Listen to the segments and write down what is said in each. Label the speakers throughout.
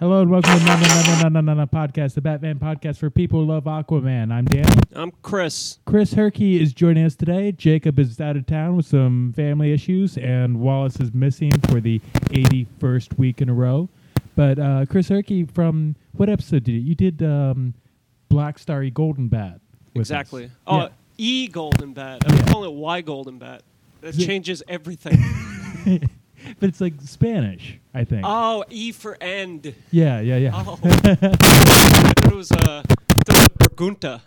Speaker 1: and welcome to Na Na Na Na Na Na Na Podcast, the Batman podcast for people who love Aquaman. I'm Dan.
Speaker 2: I'm Chris.
Speaker 1: Chris Herkey is joining us today. Jacob is out of town with some family issues, and Wallace is missing for the 81st week in a row. But uh, Chris Herkey, from what episode did you? You did um, Black Starry Golden Bat. with us.
Speaker 2: Exactly. Oh,
Speaker 1: Yeah.
Speaker 2: E Golden Bat. I'm
Speaker 1: Yeah.
Speaker 2: calling it Y Golden Bat. That
Speaker 1: Yeah.
Speaker 2: changes everything.
Speaker 1: But it's like Spanish, I think.
Speaker 2: oh, E for end.
Speaker 1: yeah, yeah, yeah.
Speaker 2: Oh. it was uh, the pregunta.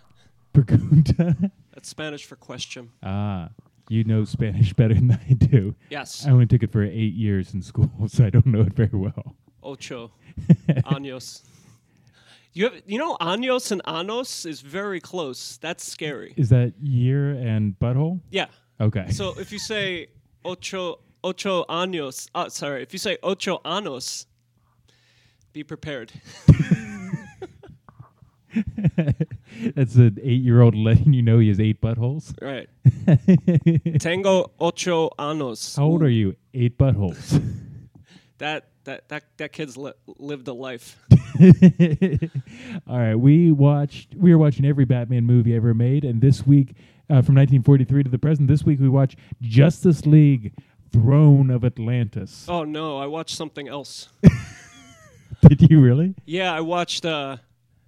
Speaker 1: Pregunta.
Speaker 2: That's Spanish for question.
Speaker 1: ah, you know Spanish better than I do.
Speaker 2: Yes.
Speaker 1: I only took it for eight years in school, so I don't know it very well.
Speaker 2: Ocho. Años. You have, you know, años and anos is very close. That's scary.
Speaker 1: Is that year and butthole?
Speaker 2: Yeah.
Speaker 1: Okay.
Speaker 2: So if you say ocho ocho años, uh, sorry, if you say ocho anos, be prepared.
Speaker 1: That's an eight-year-old letting you know he has eight buttholes.
Speaker 2: Right. Tango ocho anos.
Speaker 1: How old are you? Eight buttholes.
Speaker 2: That that that that kid's li- lived a life.
Speaker 1: All right, we watched. We are watching every Batman movie ever made, and this week, uh, from 1943 to the present, this week we watch Justice League: Throne of Atlantis.
Speaker 2: Oh no, I watched something else.
Speaker 1: Did you really?
Speaker 2: yeah, I watched. Uh,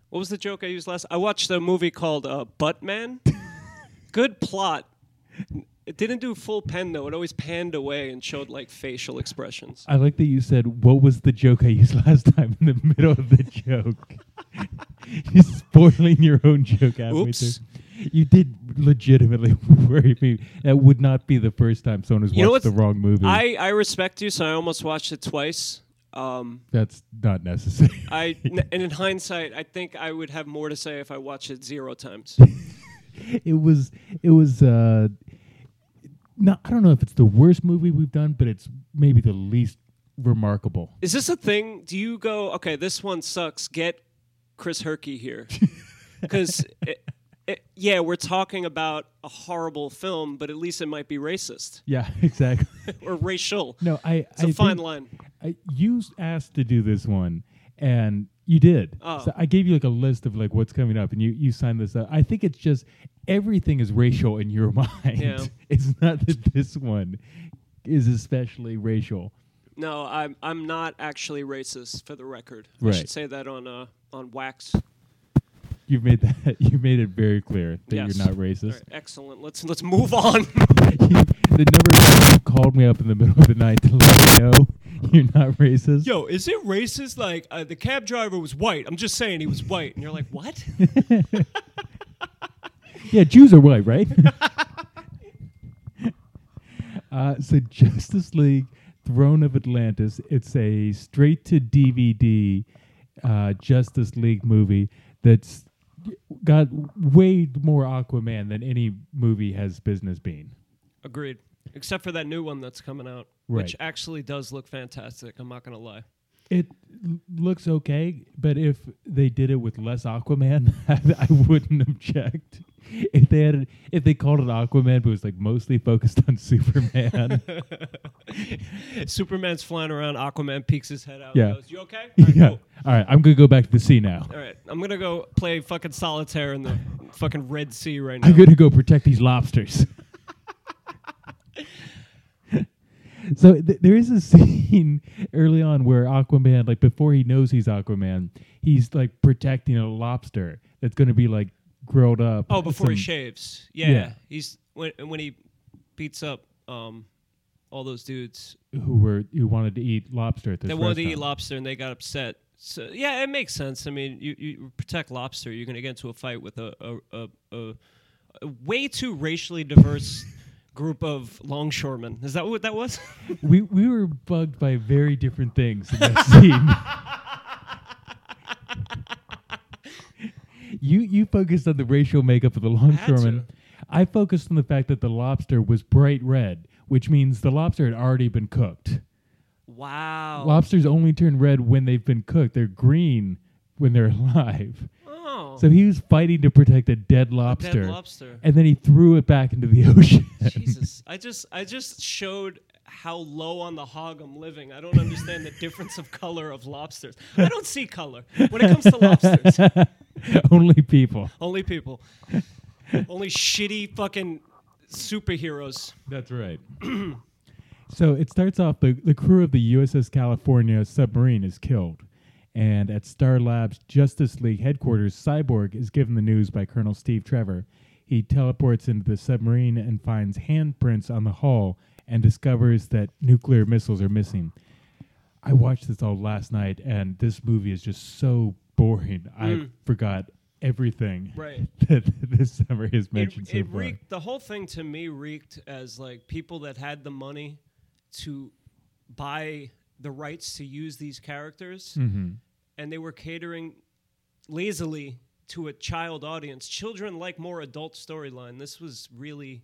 Speaker 2: what was the joke I used last? I watched a movie called uh, Buttman. Good plot. It didn't do full pen though. It always panned away and showed like facial expressions.
Speaker 1: I like that you said, "What was the joke I used last time?" In the middle of the joke, you're spoiling your own joke. halfway
Speaker 2: Oops.
Speaker 1: through. You did legitimately worry me. That would not be the first time someone has
Speaker 2: You know
Speaker 1: watched the
Speaker 2: what's-
Speaker 1: wrong movie.
Speaker 2: I I respect you, so I almost watched it twice. Um,
Speaker 1: That's not necessary.
Speaker 2: I n- and in hindsight, I think I would have more to say if I watched it zero times.
Speaker 1: it was. It was. Uh, not. I don't know if it's the worst movie we've done, but it's maybe the least remarkable.
Speaker 2: Is this a thing? Do you go, okay, this one sucks. Get Chris Herkey here. Because, yeah, we're talking about a horrible film, but at least it might be racist
Speaker 1: Yeah, exactly.
Speaker 2: or racial.
Speaker 1: No, I.
Speaker 2: It's a
Speaker 1: I
Speaker 2: fine
Speaker 1: think-
Speaker 2: line.
Speaker 1: I, you s- asked to do this one, and you did.
Speaker 2: Oh.
Speaker 1: So I gave you like a list of like what's coming up, and you you signed this up. I think it's just everything is racial in your mind.
Speaker 2: Yeah.
Speaker 1: it's not that this one is especially racial.
Speaker 2: No, I'm, I'm not actually racist for the record.
Speaker 1: Right.
Speaker 2: I should say that on, uh, on wax.
Speaker 1: You've made that you made it very clear that
Speaker 2: Yes.
Speaker 1: you're not
Speaker 2: All
Speaker 1: racist.
Speaker 2: right, excellent. Let's, let's move on.
Speaker 1: the number of times you called me up in the middle of the night to let me know you're not racist.
Speaker 2: Yo, is it racist? Like, uh, the cab driver was white. I'm just saying he was white. And you're like, what?
Speaker 1: Yeah, Jews are white, right? uh, so Justice League: Throne of Atlantis. It's a straight to DVD uh, Justice League movie that's got way more Aquaman than any movie has business being.
Speaker 2: Agreed. Except for that new one that's coming out,
Speaker 1: Right.
Speaker 2: which actually does look fantastic. I'm not gonna lie.
Speaker 1: It l- looks okay, but if they did it with less Aquaman, I, I wouldn't object. If they had, if they called it Aquaman, but it was like mostly focused on Superman.
Speaker 2: Superman's flying around. Aquaman peeks his head out.
Speaker 1: Yeah.
Speaker 2: And goes, you okay? All right,
Speaker 1: yeah.
Speaker 2: cool.
Speaker 1: All right, I'm gonna go back to the sea now.
Speaker 2: All right. I'm gonna go play fucking solitaire in the fucking Red Sea right now.
Speaker 1: I'm gonna go protect these lobsters. so th- there is a scene early on where Aquaman, like before he knows he's Aquaman, he's like protecting a lobster that's gonna be like grilled up.
Speaker 2: oh, before he
Speaker 1: some-
Speaker 2: shaves. Yeah.
Speaker 1: Yeah.
Speaker 2: He's when when he beats up um all those dudes
Speaker 1: who were who wanted to eat lobster at this
Speaker 2: that wanted to eat
Speaker 1: restaurant.
Speaker 2: lobster and they got upset. So yeah, it makes sense. I mean, you, you protect lobster, you're gonna get into a fight with a a, a, a, a way too racially diverse group of longshoremen. Is that what that was?
Speaker 1: we we were bugged by very different things in that scene. you you focused on the racial makeup of the longshoremen. I focused on the fact that the lobster was bright red, which means the lobster had already been cooked.
Speaker 2: wow.
Speaker 1: Lobsters only turn red when they've been cooked. They're green when they're alive.
Speaker 2: oh.
Speaker 1: So he was fighting to protect a dead
Speaker 2: Dead
Speaker 1: lobster,
Speaker 2: lobster.
Speaker 1: and then he threw it back into the ocean.
Speaker 2: Jesus, I just I just showed how low on the hog I'm living. I don't understand the difference of color of lobsters. I don't see color when it comes to lobsters.
Speaker 1: Only people.
Speaker 2: Only people, only shitty fucking superheroes.
Speaker 1: That's right. so it starts off the, the crew of the USS California submarine is killed. And at Star Labs Justice League headquarters, Cyborg is given the news by Colonel Steve Trevor. He teleports into the submarine and finds handprints on the hull and discovers that nuclear missiles are missing. I watched this all last night, and this movie is just so boring. I forgot everything
Speaker 2: Mm. Right.
Speaker 1: that this summary has
Speaker 2: It,
Speaker 1: mentioned so
Speaker 2: it
Speaker 1: far.
Speaker 2: reeked. The whole thing to me reeked as like people that had the money to buy the rights to use these characters, and they were catering lazily to a child audience. Children like more adult storyline. This was really,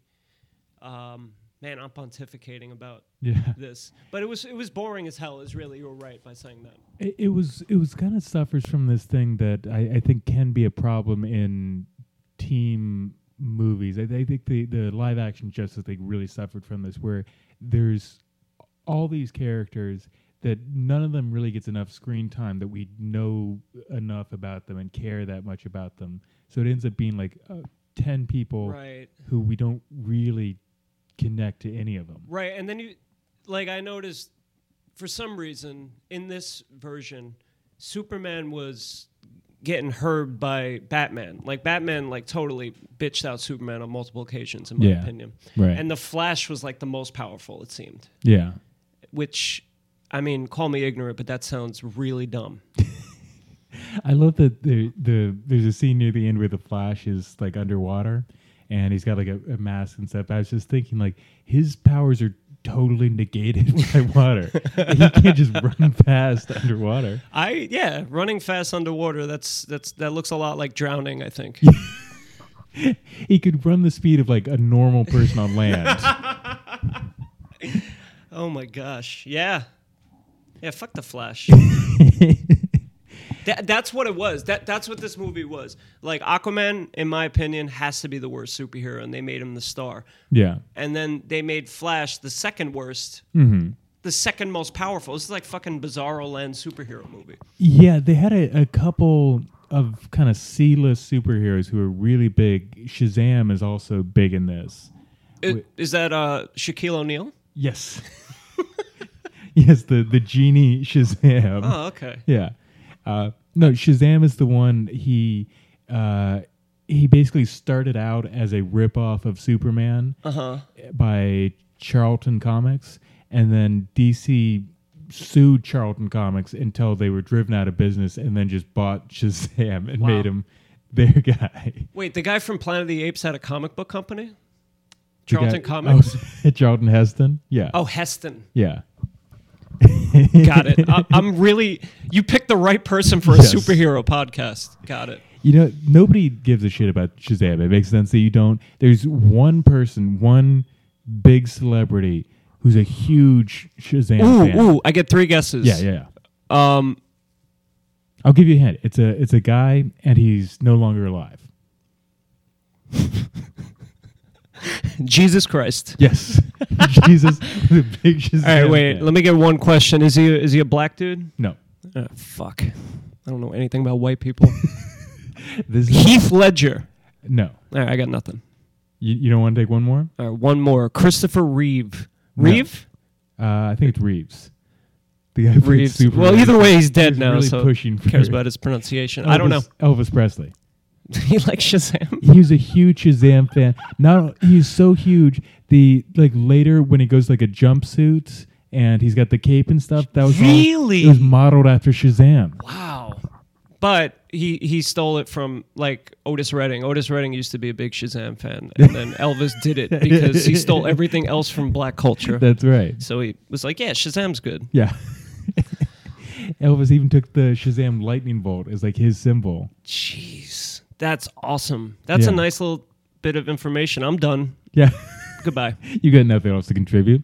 Speaker 2: um, man, I'm pontificating about
Speaker 1: yeah.
Speaker 2: this, but it was it was boring as hell. Is really you were right by saying that.
Speaker 1: It, it was it was kind of suffers from this thing that I, I think can be a problem in team movies. I, I think the the live action Justice League really suffered from this, where there's all these characters that none of them really gets enough screen time that we know enough about them and care that much about them. So it ends up being like uh, ten people
Speaker 2: Right.
Speaker 1: who we don't really connect to any of them.
Speaker 2: Right, and then you, like, I noticed for some reason in this version, Superman was getting heard by Batman. Like Batman, like totally bitched out Superman on multiple occasions, in my
Speaker 1: Yeah,
Speaker 2: opinion.
Speaker 1: right.
Speaker 2: And the Flash was like the most powerful, it seemed.
Speaker 1: Yeah.
Speaker 2: Which, I mean, call me ignorant, but that sounds really dumb.
Speaker 1: I love that the the there's a scene near the end where the Flash is like underwater, and he's got like a, a mask and stuff. I was just thinking like his powers are totally negated by water. he can't just run fast underwater.
Speaker 2: I yeah, running fast underwater. That's that's that looks a lot like drowning. I think.
Speaker 1: He could run the speed of like a normal person on land.
Speaker 2: oh my gosh, yeah, yeah. Fuck the Flash. That, that's what it was. That that's what this movie was. Like Aquaman, in my opinion, has to be the worst superhero, and they made him the star.
Speaker 1: yeah,
Speaker 2: And then they made Flash the second worst,
Speaker 1: Mm-hmm.
Speaker 2: the second most powerful. This is like fucking Bizarro Land superhero movie.
Speaker 1: yeah. They had a, a couple of kind of C-list superheroes who are really big. Shazam is also big in this.
Speaker 2: It- Is that uh, Shaquille O'Neal?
Speaker 1: Yes. yes, the the genie Shazam.
Speaker 2: Oh, okay.
Speaker 1: Yeah. Uh, no, Shazam is the one he uh, he basically started out as a ripoff of Superman
Speaker 2: Uh-huh.
Speaker 1: by Charlton Comics, and then DC sued Charlton Comics until they were driven out of business, and then just bought Shazam and made him their guy.
Speaker 2: Wait, the guy from Planet of the Apes had a comic book company.
Speaker 1: The guy-
Speaker 2: Charlton Comics.
Speaker 1: Oh, Charlton Heston. Yeah.
Speaker 2: Oh, Heston.
Speaker 1: Yeah.
Speaker 2: Got it. I, I'm really. You picked the right person for a
Speaker 1: Yes.
Speaker 2: superhero podcast. Got it.
Speaker 1: You know, nobody gives a shit about Shazam. It makes sense that you don't. There's one person, one big celebrity who's a huge Shazam fan.
Speaker 2: Ooh, ooh, I get three guesses.
Speaker 1: Oh, Yeah, yeah, yeah.
Speaker 2: Um,
Speaker 1: I'll give you a hint. It's a it's a guy, and he's no longer alive.
Speaker 2: Jesus Christ.
Speaker 1: Yes, Jesus, the big Shazam.
Speaker 2: All right, wait.
Speaker 1: fan.
Speaker 2: Let me get one question. Is he is he a black dude?
Speaker 1: no,
Speaker 2: Uh, fuck. I don't know anything about white people.
Speaker 1: this is,
Speaker 2: Heath Ledger.
Speaker 1: no.
Speaker 2: All right, I got nothing.
Speaker 1: You, you don't want to take one more?
Speaker 2: All right, one more. Christopher Reeve.
Speaker 1: No.
Speaker 2: Reeve.
Speaker 1: Uh, I think it's Reeves. The guy who played
Speaker 2: Reeves.
Speaker 1: Superman.
Speaker 2: Well, either way, he's dead
Speaker 1: He's
Speaker 2: now.
Speaker 1: really Oh,
Speaker 2: so
Speaker 1: pushing for
Speaker 2: cares
Speaker 1: it.
Speaker 2: about his pronunciation. I don't know.
Speaker 1: Elvis- Elvis Presley.
Speaker 2: he likes Shazam.
Speaker 1: he was a huge Shazam fan. Not he's so huge. The like later when he goes like a jumpsuit and he's got the cape and stuff. That was all-
Speaker 2: Really?
Speaker 1: it was modeled after Shazam.
Speaker 2: Wow. But he, he stole it from like Otis Redding. Otis Redding used to be a big Shazam fan, and then Elvis did it because he stole everything else from black culture.
Speaker 1: That's right.
Speaker 2: So he was like, "Yeah, Shazam's good."
Speaker 1: Yeah. Elvis even took the Shazam lightning bolt as like his symbol.
Speaker 2: Jeez, that's awesome. That's a
Speaker 1: Yeah.
Speaker 2: nice little bit of information. I'm done.
Speaker 1: Yeah.
Speaker 2: Goodbye.
Speaker 1: you got nothing else to contribute.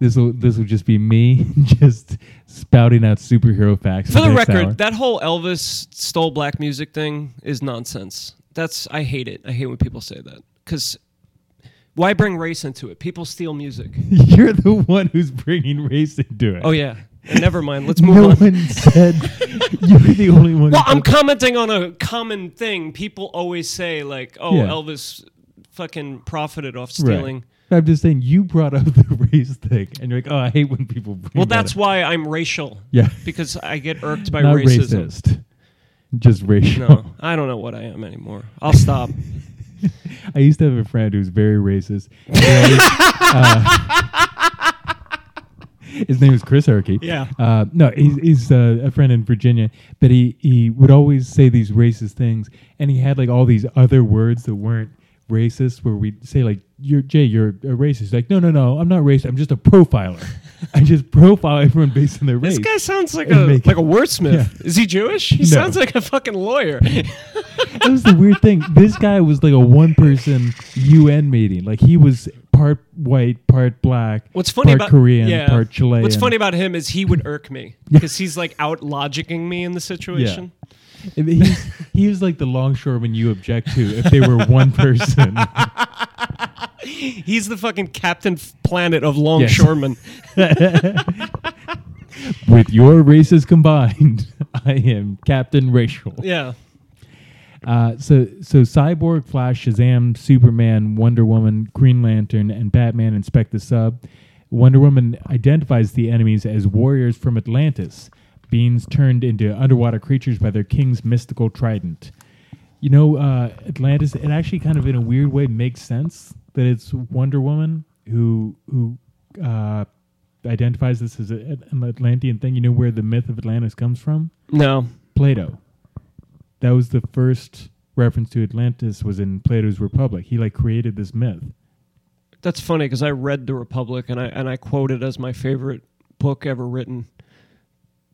Speaker 1: This will this will just be me just spouting out superhero facts.
Speaker 2: For the
Speaker 1: next
Speaker 2: record,
Speaker 1: hour.
Speaker 2: that whole Elvis stole black music thing is nonsense. That's I hate it. I hate when people say that because why bring race into it? People steal music.
Speaker 1: you're the one who's bringing race into it.
Speaker 2: Oh yeah. And never mind. Let's move
Speaker 1: no
Speaker 2: on.
Speaker 1: one said you're the only one.
Speaker 2: Well,
Speaker 1: who-
Speaker 2: I'm commenting on a common thing. People always say like, "Oh,
Speaker 1: Yeah.
Speaker 2: Elvis fucking profited off
Speaker 1: Right.
Speaker 2: stealing."
Speaker 1: I'm just saying you brought up the race thing, and you're like, oh, I hate when people. Bring
Speaker 2: Well,
Speaker 1: that
Speaker 2: that's
Speaker 1: up.
Speaker 2: why I'm racial
Speaker 1: yeah,
Speaker 2: because I get irked by
Speaker 1: not
Speaker 2: racism.
Speaker 1: racist, just racial.
Speaker 2: No, I don't know what I am anymore. I'll stop.
Speaker 1: I used to have a friend who was very racist. He always, uh, his name was Chris Herkey.
Speaker 2: Yeah.
Speaker 1: Uh, no, he's, he's uh, a friend in Virginia, but he, he would always say these racist things, and he had like all these other words that weren't racist, where we'd say like, "You're Jay, you're a racist." He's like, no, no, no, I'm not racist. I'm just a profiler. I just profile everyone based on their race.
Speaker 2: This guy sounds like
Speaker 1: and
Speaker 2: a
Speaker 1: make-
Speaker 2: like a wordsmith.
Speaker 1: Yeah.
Speaker 2: Is he Jewish?
Speaker 1: No.
Speaker 2: He sounds like a fucking lawyer.
Speaker 1: that was the weird thing. This guy was like a one-person UN meeting. Like he was part white, part black.
Speaker 2: What's funny
Speaker 1: part
Speaker 2: about
Speaker 1: Korean,
Speaker 2: yeah.
Speaker 1: part Chilean.
Speaker 2: What's funny about him is he would irk me because he's like out logicking me in the situation.
Speaker 1: I mean, He's, he was like the longshoreman you object to if they were one person.
Speaker 2: He's the fucking Captain F- Planet of longshoremen.
Speaker 1: With your races combined, I am Captain Racial.
Speaker 2: yeah.
Speaker 1: Uh, so, so Cyborg, Flash, Shazam, Superman, Wonder Woman, Green Lantern, and Batman inspect the sub. Wonder Woman identifies the enemies as warriors from Atlantis, beings turned into underwater creatures by their king's mystical trident. You know, uh, Atlantis. It actually kind of, in a weird way, makes sense that it's Wonder Woman who who uh, identifies this as a, an Atlantean thing. You know where the myth of Atlantis comes from?
Speaker 2: No.
Speaker 1: Plato. That was the first reference to Atlantis was in Plato's Republic. He like created this myth.
Speaker 2: That's funny because I read The Republic and I and I quote it as my favorite book ever written.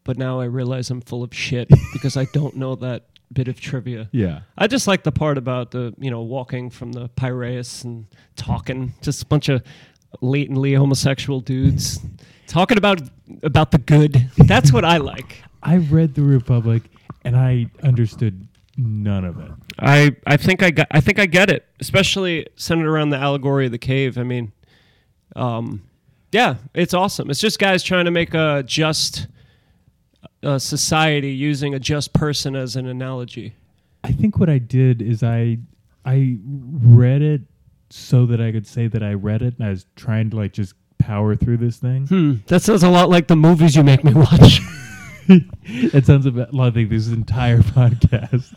Speaker 2: But now I realize I'm full of shit because I don't know that bit of trivia.
Speaker 1: Yeah.
Speaker 2: I just like the part about the you know walking from the Piraeus and talking, just a bunch of latently homosexual dudes talking about about the good. That's what I like.
Speaker 1: I read the Republic and I understood none of it.
Speaker 2: I I think I got I think I get it, especially centered around the allegory of the cave. I mean, um, yeah, it's awesome. It's just guys trying to make a just uh, society using a just person as an analogy.
Speaker 1: I think what I did is I I read it so that I could say that I read it and I was trying to like just power through this thing.
Speaker 2: Hmm, that sounds a lot like the movies you make me watch.
Speaker 1: it sounds a bit- a lot like this entire podcast.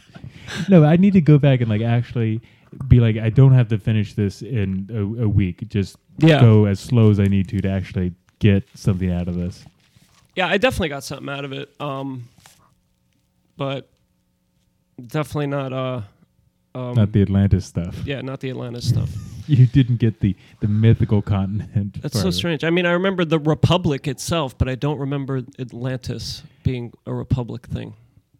Speaker 1: no, I need to go back and like actually be like, I don't have to finish this in a, a week. Just
Speaker 2: Yeah.
Speaker 1: go as slow as I need to to actually get something out of this.
Speaker 2: yeah, I definitely got something out of it. Um, but definitely not uh, um,
Speaker 1: Not the Atlantis stuff.
Speaker 2: yeah, not the Atlanta stuff.
Speaker 1: You didn't get the the mythical continent.
Speaker 2: That's
Speaker 1: part
Speaker 2: so
Speaker 1: of it.
Speaker 2: strange. I mean, I remember the Republic itself, but I don't remember Atlantis being a Republic thing.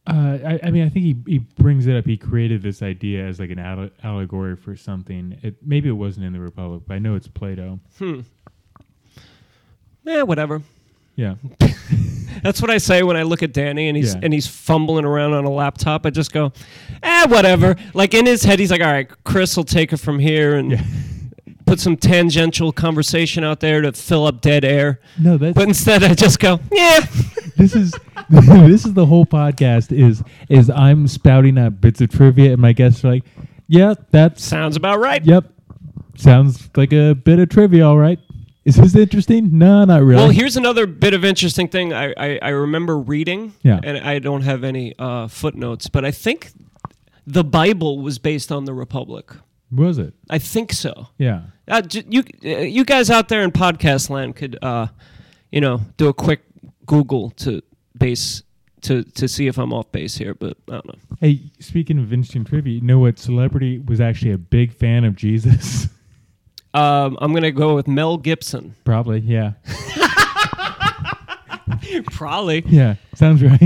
Speaker 1: Uh, I, I mean, I think he, he brings it up. He created this idea as like an alle- allegory for something. It, maybe it wasn't in the Republic, but I know it's Plato.
Speaker 2: Hmm. Eh, whatever.
Speaker 1: Yeah,
Speaker 2: That's what I say when I look at Danny and he's
Speaker 1: Yeah.
Speaker 2: and he's fumbling around on a laptop. I just go, eh, whatever. Like in his head, he's like, all right, Chris will take it from here and
Speaker 1: Yeah.
Speaker 2: put some tangential conversation out there to fill up dead air.
Speaker 1: no, that's
Speaker 2: But instead, I just go, yeah.
Speaker 1: this is this is the whole podcast is is I'm spouting out bits of trivia and my guests are like, yeah, that's
Speaker 2: Sounds about right.
Speaker 1: yep, sounds like a bit of trivia, all right. Is this interesting? No, not really.
Speaker 2: Well, here's another bit of interesting thing I, I, I remember reading,
Speaker 1: Yeah.
Speaker 2: and I don't have any uh, footnotes, but I think the Bible was based on the Republic.
Speaker 1: was it?
Speaker 2: I think so.
Speaker 1: Yeah,
Speaker 2: Uh, j- you uh, you guys out there in podcast land could, uh, you know, do a quick Google to base to to see if I'm off base here, but I don't know.
Speaker 1: Hey, speaking of interesting trivia, you know what celebrity was actually a big fan of Jesus?
Speaker 2: Um, I'm gonna go with Mel Gibson.
Speaker 1: Probably, yeah.
Speaker 2: Probably.
Speaker 1: Yeah, sounds right.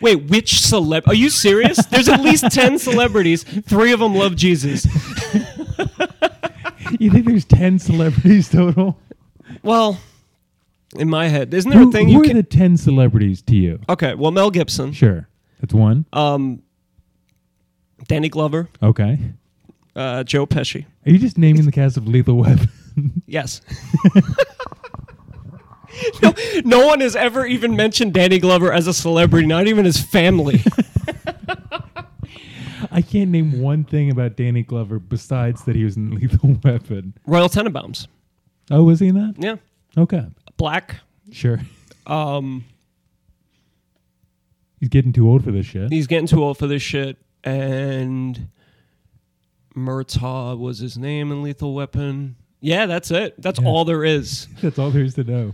Speaker 2: Wait, which celeb? Are you serious? There's at least ten celebrities. Three of them love Jesus.
Speaker 1: you think there's 10 celebrities total?
Speaker 2: Well, in my head, isn't there
Speaker 1: who
Speaker 2: a thing
Speaker 1: who
Speaker 2: you
Speaker 1: are
Speaker 2: can?
Speaker 1: the ten celebrities to you?
Speaker 2: okay, well, Mel Gibson,
Speaker 1: Sure, that's one.
Speaker 2: um, Danny Glover,
Speaker 1: Okay,
Speaker 2: uh, Joe Pesci.
Speaker 1: are you just naming the cast of Lethal Weapon?
Speaker 2: Yes. no, no one has ever even mentioned Danny Glover as a celebrity, not even his family.
Speaker 1: I can't name one thing about Danny Glover besides that he was in Lethal Weapon.
Speaker 2: Royal Tenenbaums.
Speaker 1: Oh, was he in that?
Speaker 2: Yeah.
Speaker 1: Okay,
Speaker 2: Black.
Speaker 1: sure.
Speaker 2: Um,
Speaker 1: He's getting too old for this shit.
Speaker 2: he's getting too old for this shit. And Murtaugh was his name in Lethal Weapon. Yeah, that's it. That's
Speaker 1: Yeah.
Speaker 2: all there is.
Speaker 1: That's all there is to know.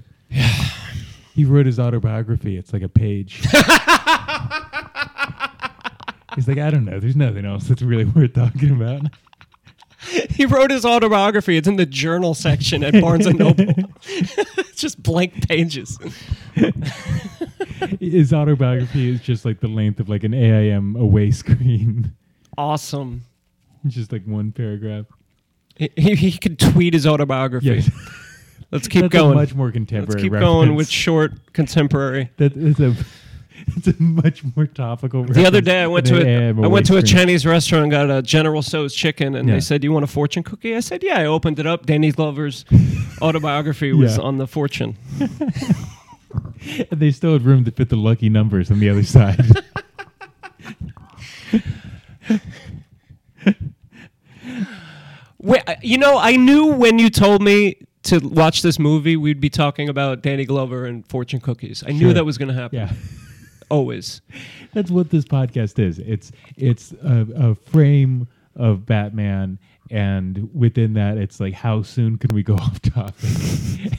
Speaker 1: He wrote his autobiography. It's like a page. He's like, I don't know. There's nothing else that's really worth talking about.
Speaker 2: He wrote his autobiography. It's in the journal section at Barnes and Noble. it's just blank pages.
Speaker 1: His autobiography is just like the length of like an AIM away screen.
Speaker 2: Awesome.
Speaker 1: It's just like one paragraph.
Speaker 2: He, he, he could tweet his autobiography.
Speaker 1: Yeah,
Speaker 2: Let's keep
Speaker 1: that's
Speaker 2: going.
Speaker 1: A much more
Speaker 2: Let's
Speaker 1: contemporary.
Speaker 2: keep going
Speaker 1: reference.
Speaker 2: with short contemporary.
Speaker 1: that is a. It's a much more topical.
Speaker 2: The other day, I went to a, I went to a Chinese restaurant, and got a General So's chicken, and
Speaker 1: Yeah.
Speaker 2: they said, "You want a fortune cookie?" I said, "Yeah." I opened it up. Danny Glover's autobiography was
Speaker 1: Yeah.
Speaker 2: on the fortune.
Speaker 1: And they still had room to fit the lucky numbers on the other side.
Speaker 2: Wait, I- you know, I knew when you told me to watch this movie, we'd be talking about Danny Glover and fortune cookies. I knew
Speaker 1: Sure.
Speaker 2: that was going to happen.
Speaker 1: yeah.
Speaker 2: Always.
Speaker 1: That's what this podcast is. It's it's a, a frame of Batman, and within that, it's like how soon can we go off topic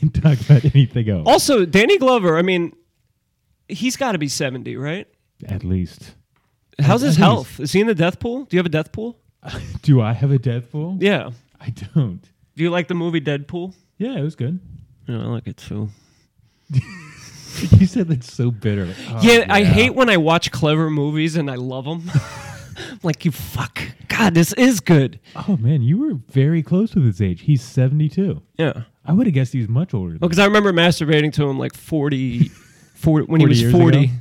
Speaker 1: and talk about anything else?
Speaker 2: Also, Danny Glover. I mean, he's got to be seventy, right?
Speaker 1: At least,
Speaker 2: How's
Speaker 1: I
Speaker 2: his
Speaker 1: think he's-
Speaker 2: health? Is he in the death pool? Do you have a death pool?
Speaker 1: do I have a Deadpool?
Speaker 2: Yeah.
Speaker 1: I don't.
Speaker 2: Do you like the movie Deadpool?
Speaker 1: Yeah, it was good.
Speaker 2: Yeah, I like it too.
Speaker 1: You said that's so bitter. Oh,
Speaker 2: yeah, I hate when I watch clever movies and I love them. like you fuck. God, this is good.
Speaker 1: Oh man, you were very close with his age. He's seventy-two.
Speaker 2: Yeah.
Speaker 1: I would have guessed he was much older. Than
Speaker 2: Because I remember masturbating to him like 40, 40 when
Speaker 1: 40
Speaker 2: he
Speaker 1: years
Speaker 2: was 40.
Speaker 1: ago?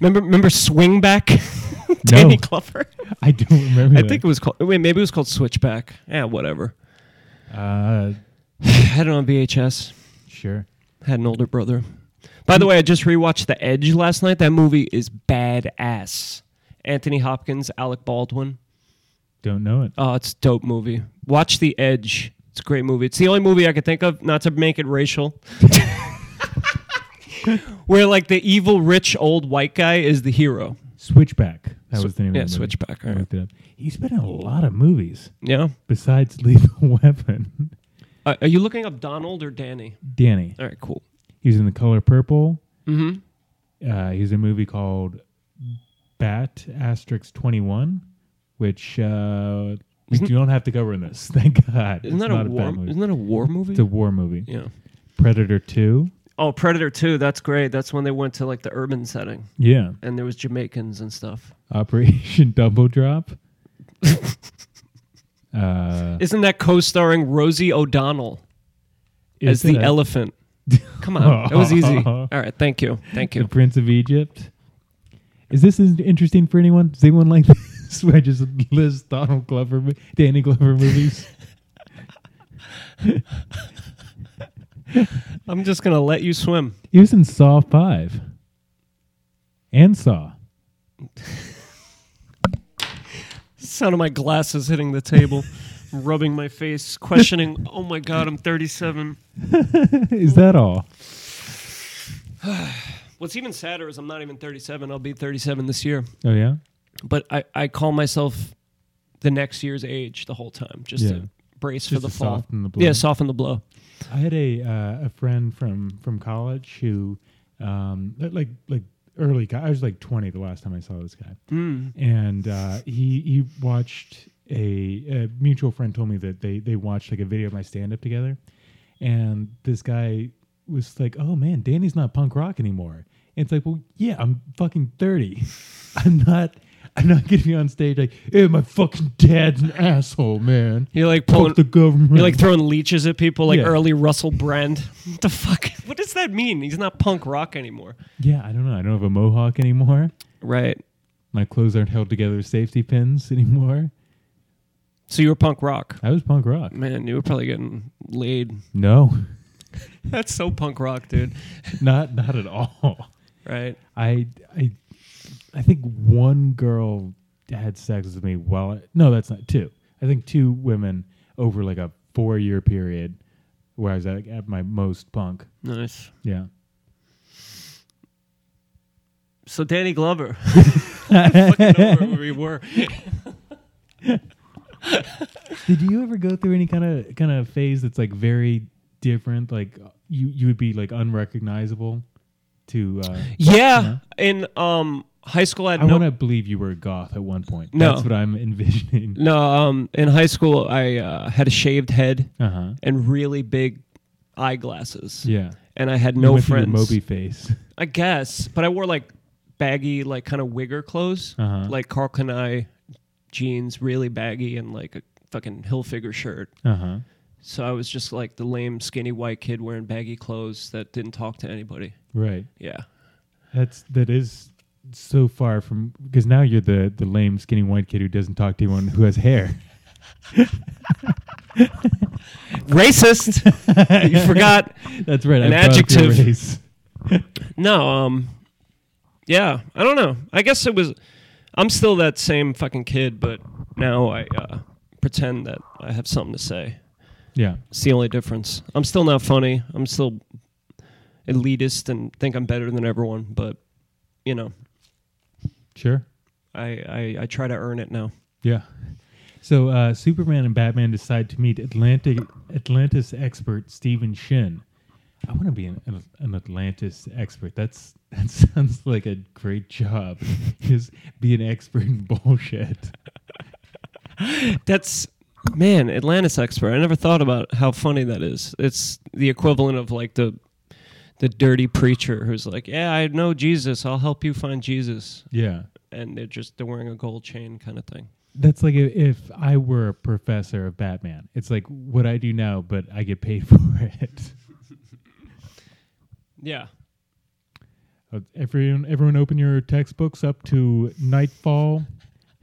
Speaker 2: Remember remember Swingback?
Speaker 1: No.
Speaker 2: Danny Glover?
Speaker 1: I don't remember.
Speaker 2: I
Speaker 1: that.
Speaker 2: think it was called wait, maybe it was called Switchback. Yeah, whatever.
Speaker 1: Uh,
Speaker 2: Had it on VHS.
Speaker 1: sure.
Speaker 2: Had an older brother. By the way, I just rewatched The Edge last night. That movie is badass. Anthony Hopkins, Alec Baldwin.
Speaker 1: Don't know it.
Speaker 2: Oh, it's a dope movie. Watch The Edge. It's a great movie. It's the only movie I could think of, not to make it racial, where like the evil, rich, old white guy is the hero.
Speaker 1: Switchback. That
Speaker 2: Sw-
Speaker 1: was the name
Speaker 2: yeah,
Speaker 1: of the movie.
Speaker 2: Switchback,
Speaker 1: I
Speaker 2: all right.
Speaker 1: looked it up. He's been in a lot of movies
Speaker 2: Yeah.
Speaker 1: besides Lethal Weapon.
Speaker 2: Uh, are you looking up Donald or Danny?
Speaker 1: Danny.
Speaker 2: All right, cool.
Speaker 1: He was in The Color Purple.
Speaker 2: Mm-hmm.
Speaker 1: Uh, he's in a movie called Bat Asterix 21, which uh, we
Speaker 2: Isn't-
Speaker 1: do not have to cover in this. Thank God.
Speaker 2: Isn't
Speaker 1: it's
Speaker 2: that a
Speaker 1: not
Speaker 2: war?
Speaker 1: bad movie.
Speaker 2: Isn't that a war movie?
Speaker 1: It's a war movie.
Speaker 2: yeah.
Speaker 1: Predator 2.
Speaker 2: Oh, Predator Two. That's great. That's when they went to like the urban setting,
Speaker 1: Yeah.
Speaker 2: and there was Jamaicans and stuff.
Speaker 1: Operation Double Drop. uh,
Speaker 2: Isn't that co-starring Rosie O'Donnell
Speaker 1: is
Speaker 2: as the
Speaker 1: it a-
Speaker 2: elephant? Come on, that was easy. All right, thank you, thank you.
Speaker 1: The Prince of Egypt. Is this in- interesting for anyone? Does anyone like this? Where I just list Donald Glover, mo- Danny Glover movies.
Speaker 2: I'm just gonna let you swim.
Speaker 1: he was in Saw Five and Saw.
Speaker 2: Sound of my glasses hitting the table, rubbing my face, questioning. Oh my god, I'm 37.
Speaker 1: Is that all?
Speaker 2: What's even sadder is I'm not even 37. I'll be 37 this year,
Speaker 1: Oh yeah,
Speaker 2: but I, I call myself the next year's age the whole time, just
Speaker 1: Yeah.
Speaker 2: to brace for
Speaker 1: Just
Speaker 2: the
Speaker 1: to
Speaker 2: fall.
Speaker 1: soften the blow.
Speaker 2: Yeah, soften the blow.
Speaker 1: I had a uh, a friend from from college who, um, li- like like early. guy. I was like twenty the last time I saw this guy,
Speaker 2: Mm.
Speaker 1: and uh, he he watched a, a mutual friend told me that they they watched like a video of my stand up together, and this guy was like, "Oh man, Danny's not punk rock anymore." And it's like, "Well, yeah, I'm fucking thirty. I'm not. I'm not gonna be on stage like, hey, my fucking dad's an asshole, man.
Speaker 2: You're like
Speaker 1: Fuck
Speaker 2: pulling,
Speaker 1: the government.
Speaker 2: you're like throwing leeches at people, like
Speaker 1: Yeah.
Speaker 2: early Russell Brand. what the fuck? What does that mean? He's not punk rock anymore,
Speaker 1: yeah, I don't know. I don't have a mohawk anymore.
Speaker 2: right?
Speaker 1: My clothes aren't held together with safety pins anymore.
Speaker 2: So you were punk rock,
Speaker 1: I was punk rock.
Speaker 2: man. You were probably getting laid.
Speaker 1: No,
Speaker 2: That's so punk rock, dude.
Speaker 1: not not at all.
Speaker 2: Right?
Speaker 1: I I I think one girl had sex with me while I, no, that's not two. I think two women over like a four year period where I was at, at my most punk.
Speaker 2: Nice.
Speaker 1: Yeah.
Speaker 2: So Danny Glover. fucking over where we were.
Speaker 1: Did you ever go through any kind of kind of phase that's like very different? Like you you would be like unrecognizable to. Uh,
Speaker 2: Yeah. In um high school, I had
Speaker 1: I
Speaker 2: no
Speaker 1: want to believe you were a goth at one point.
Speaker 2: No.
Speaker 1: That's what I'm envisioning.
Speaker 2: No, um, in high school, I uh, had a shaved head
Speaker 1: Uh huh.
Speaker 2: and really big eyeglasses,
Speaker 1: Yeah.
Speaker 2: and I had
Speaker 1: You
Speaker 2: no
Speaker 1: went through your
Speaker 2: friends.
Speaker 1: Moby face.
Speaker 2: I guess, but I wore like baggy, like kind of wigger clothes,
Speaker 1: Uh-huh.
Speaker 2: like Carl Kanai jeans, really baggy, and like a fucking Hilfiger shirt.
Speaker 1: Uh huh.
Speaker 2: So I was just like the lame, skinny white kid wearing baggy clothes that didn't talk to anybody.
Speaker 1: Right.
Speaker 2: Yeah,
Speaker 1: That's that is so far from because now you're the the lame skinny white kid who doesn't talk to anyone who has hair.
Speaker 2: racist. you forgot.
Speaker 1: That's right.
Speaker 2: An
Speaker 1: I brought up your
Speaker 2: adjective.
Speaker 1: race.
Speaker 2: No, um yeah, I don't know. I guess it was I'm still that same fucking kid, but now I uh pretend that I have something to say.
Speaker 1: Yeah.
Speaker 2: It's the only difference. I'm still not funny. I'm still elitist and think I'm better than everyone, but you know,
Speaker 1: Sure.
Speaker 2: I I, I try to earn it now.
Speaker 1: Yeah. So uh, Superman and Batman decide to meet Atlantic Atlantis expert Stephen Shin. I want to be an, an, an Atlantis expert. That's that sounds like a great job. Just be an expert in bullshit.
Speaker 2: That's man, Atlantis expert. I never thought about how funny that is. It's the equivalent of like the the dirty preacher who's like, "Yeah, I know Jesus. I'll help you find Jesus."
Speaker 1: Yeah.
Speaker 2: and they're just they're wearing a gold chain kind of thing.
Speaker 1: That's like i- if I were a professor of Batman. It's like what I do now, but I get paid for it.
Speaker 2: Yeah.
Speaker 1: Uh, Everyone, everyone, open your textbooks up to Nightfall,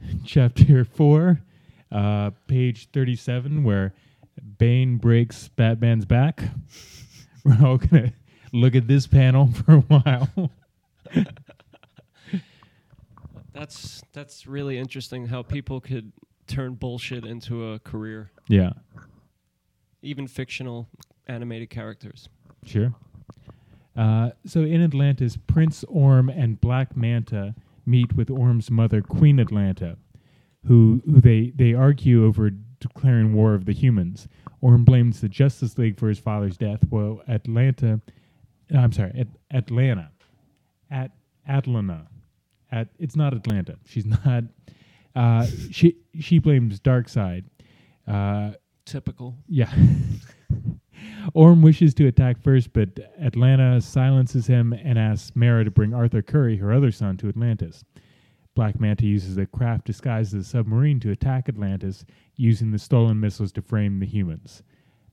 Speaker 1: chapter four, uh, page thirty-seven, where Bane breaks Batman's back. We're all gonna look at this panel for a while.
Speaker 2: That's that's really interesting how people could turn bullshit into a career,
Speaker 1: yeah,
Speaker 2: even fictional animated characters.
Speaker 1: sure. Uh, so in Atlantis, Prince Orm and Black Manta meet with Orm's mother, Queen Atlanta, who, who they, they argue over declaring war of the humans. Orm blames the Justice League for his father's death, while Atlanta, uh, I'm sorry, at Atlanta, at Atlanta, at it's not Atlanta. She's not. Uh, she she blames Darkseid. Uh,
Speaker 2: Typical.
Speaker 1: yeah. Orm wishes to attack first, but Atlanta silences him and asks Mara to bring Arthur Curry, her other son, to Atlantis. Black Manta uses a craft disguised as a submarine to attack Atlantis, using the stolen missiles to frame the humans.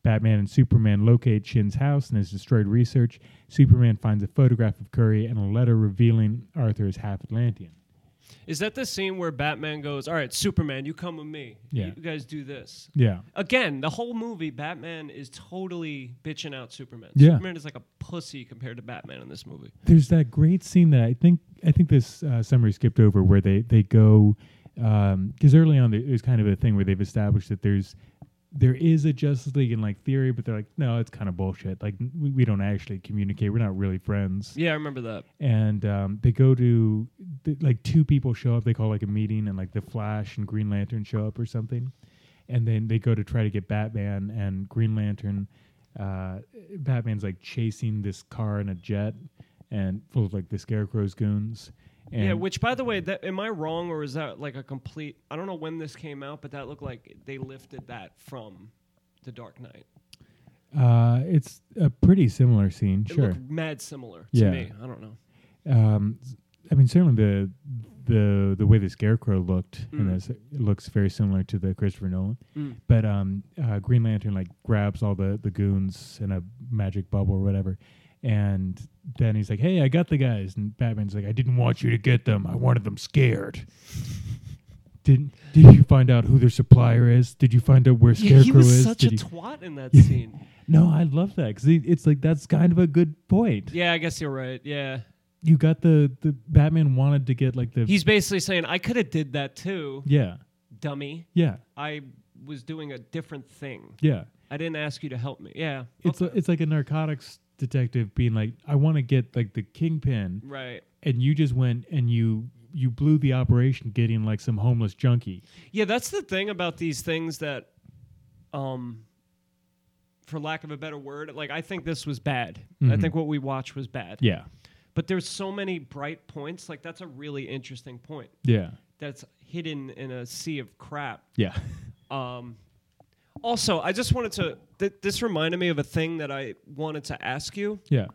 Speaker 1: Batman and Superman locate Shin's house and his destroyed research. Superman finds a photograph of Curry and a letter revealing Arthur is half Atlantean.
Speaker 2: Is that the scene where Batman goes, "All right, Superman, you come with me.
Speaker 1: Yeah.
Speaker 2: You guys do this."
Speaker 1: Yeah.
Speaker 2: Again, the whole movie, Batman is totally bitching out Superman.
Speaker 1: Yeah.
Speaker 2: Superman is like a pussy compared to Batman in this movie.
Speaker 1: There's that great scene that I think I think this uh, summary skipped over where they they go because early on there- there's kind of a thing where they've established that there's there is a Justice League in like theory, but they're like, no, it's kind of bullshit. Like n- we, we don't actually communicate. We're not really friends.
Speaker 2: Yeah, I remember that.
Speaker 1: And um, they go to th- like two people show up. They call like a meeting, and like the Flash and Green Lantern show up or something. And then they go to try to get Batman and Green Lantern. Uh, Batman's like chasing this car in a jet, and full of like the Scarecrow's goons. And
Speaker 2: yeah, which by the way, that am I wrong or is that like a complete I don't know when this came out, but that looked like they lifted that from The Dark Knight.
Speaker 1: uh, it's a pretty similar scene,
Speaker 2: It
Speaker 1: sure.
Speaker 2: looked mad similar to
Speaker 1: Yeah.
Speaker 2: me. I don't know.
Speaker 1: um, I mean, certainly the the the way the Scarecrow looked in this it looks very similar to the Christopher Nolan.
Speaker 2: Mm.
Speaker 1: But um, uh, Green Lantern like grabs all the the goons in a magic bubble or whatever, and then he's like, "Hey, I got the guys," and Batman's like, "I didn't want you to get them. I wanted them scared." Didn't did you find out who their supplier is? Did you find out where
Speaker 2: Yeah,
Speaker 1: Scarecrow
Speaker 2: he was
Speaker 1: is?
Speaker 2: such
Speaker 1: Did
Speaker 2: a
Speaker 1: you-
Speaker 2: twat in that
Speaker 1: Yeah.
Speaker 2: scene.
Speaker 1: no, I love that because it's like that's kind of a good point.
Speaker 2: Yeah, I guess you're right. Yeah,
Speaker 1: You got the the Batman wanted to get like the
Speaker 2: he's basically saying I could have did that too,
Speaker 1: yeah
Speaker 2: dummy.
Speaker 1: yeah
Speaker 2: I was doing a different thing.
Speaker 1: yeah.
Speaker 2: I didn't ask you to help me. Yeah,
Speaker 1: It's
Speaker 2: okay.
Speaker 1: a, it's like a narcotics detective being like, I want to get like the kingpin,
Speaker 2: right.
Speaker 1: and you just went and you you blew the operation getting like some homeless junkie.
Speaker 2: Yeah, that's the thing about these things that, um, for lack of a better word, like I think this was bad. I
Speaker 1: Mhm.
Speaker 2: think what we watched was bad.
Speaker 1: Yeah,
Speaker 2: But there's so many bright points. Like that's a really interesting point
Speaker 1: yeah,
Speaker 2: that's hidden in a sea of crap.
Speaker 1: yeah,
Speaker 2: Um, also, I just wanted to. Th- this reminded me of a thing that I wanted to ask you.
Speaker 1: yeah.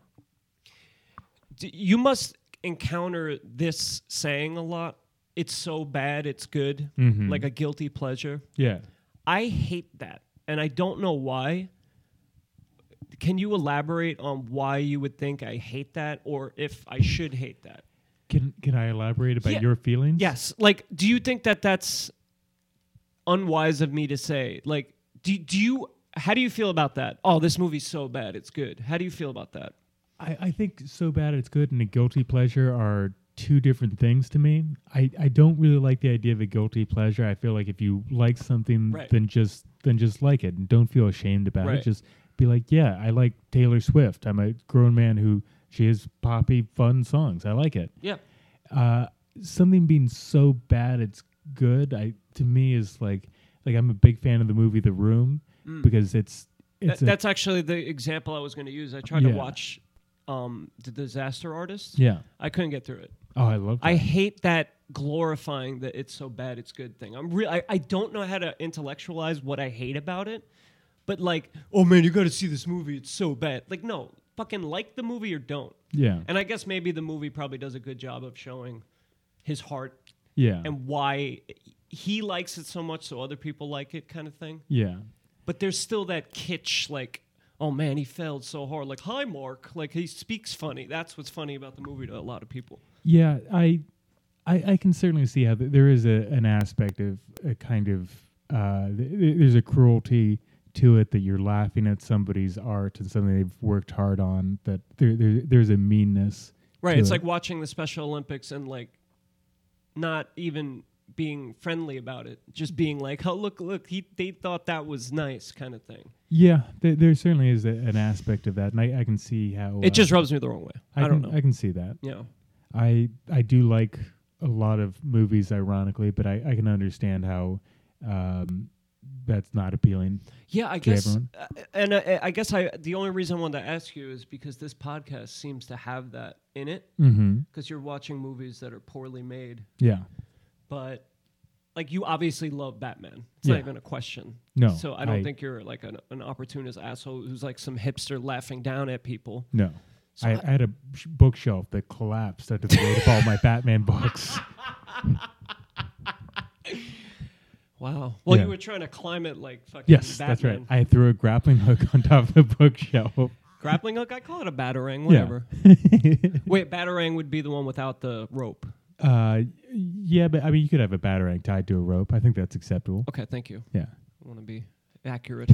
Speaker 2: D- you must encounter this saying a lot. It's so bad, it's good.
Speaker 1: Mhm.
Speaker 2: Like a guilty pleasure.
Speaker 1: Yeah.
Speaker 2: I hate that, and I don't know why. Can you elaborate on why you would think I hate that, or if I should hate that?
Speaker 1: Can can I elaborate about
Speaker 2: Yeah.
Speaker 1: your feelings?
Speaker 2: Yes. Like, do you think that that's unwise of me to say? Like, do, do you, how do you feel about that? Oh, this movie's so bad, it's good. How do you feel about that?
Speaker 1: I, I think so bad it's good and a guilty pleasure are two different things to me. I, I don't really like the idea of a guilty pleasure. I feel like if you like something
Speaker 2: Right.
Speaker 1: then just then just like it and don't feel ashamed about
Speaker 2: Right.
Speaker 1: it. Just be like, Yeah, I like Taylor Swift. I'm a grown man who she has poppy fun songs. I like it.
Speaker 2: Yeah.
Speaker 1: Uh, something being so bad it's good, I to me is like like I'm a big fan of the movie The Room because it's
Speaker 2: Mm. That,
Speaker 1: it's a,
Speaker 2: that's actually the example I was going to use. I tried to
Speaker 1: Yeah.
Speaker 2: watch um, The Disaster Artist.
Speaker 1: yeah.
Speaker 2: I couldn't get through it.
Speaker 1: Oh, I love that.
Speaker 2: I hate that glorifying the it's so bad it's good thing. I'm real I, I don't know how to intellectualize what I hate about it. But like, oh man, you gotta see this movie, it's so bad. Like, no, fucking like the movie or don't.
Speaker 1: yeah.
Speaker 2: And I guess maybe the movie probably does a good job of showing his heart
Speaker 1: Yeah.
Speaker 2: and why he likes it so much so other people like it kind of thing.
Speaker 1: yeah.
Speaker 2: But there's still that kitsch like oh man, he failed so hard. Like, hi Mark, like he speaks funny. That's what's funny about the movie to a lot of people.
Speaker 1: Yeah, I, I, I can certainly see how th- there is a an aspect of a kind of uh, th- th- there's a cruelty to it that you're laughing at somebody's art and something they've worked hard on. That there, there there's a meanness.
Speaker 2: Right.
Speaker 1: to
Speaker 2: It's
Speaker 1: it.
Speaker 2: like watching the Special Olympics and like not even being friendly about it, just being like, "Oh, look, look, he they thought that was nice," kind of thing.
Speaker 1: yeah, there, there certainly is a, an aspect of that, and I, I can see how uh,
Speaker 2: It just rubs me the wrong way. I,
Speaker 1: I,
Speaker 2: don't
Speaker 1: can,
Speaker 2: know.
Speaker 1: I can see that.
Speaker 2: you know.
Speaker 1: I I do like a lot of movies, ironically, but I, I can understand how um, that's not appealing.
Speaker 2: Yeah, I
Speaker 1: To
Speaker 2: guess,
Speaker 1: everyone.
Speaker 2: uh, and I, I guess I the only reason I wanted to ask you is because this podcast seems to have that in it
Speaker 1: Mm-hmm.
Speaker 2: because you're watching movies that are poorly made,
Speaker 1: Yeah.
Speaker 2: but like you obviously love Batman. It's not
Speaker 1: Yeah.
Speaker 2: even a question.
Speaker 1: No.
Speaker 2: So I don't
Speaker 1: I-
Speaker 2: think you're like an, an opportunist asshole who's like some hipster laughing down at people.
Speaker 1: No.
Speaker 2: So
Speaker 1: I, I had a sh- bookshelf that collapsed under the weight of all my Batman books.
Speaker 2: Wow. Well,
Speaker 1: Yeah.
Speaker 2: you were trying to climb it like fucking
Speaker 1: Yes,
Speaker 2: Batman.
Speaker 1: that's right. I threw a grappling hook on top of the bookshelf.
Speaker 2: Grappling hook. I call it a batarang. Whatever. Wait, batarang would be the one without the rope.
Speaker 1: uh, yeah, but I mean, you could have a batarang tied to a rope. I think that's acceptable.
Speaker 2: Okay, thank you.
Speaker 1: Yeah.
Speaker 2: I want to be accurate.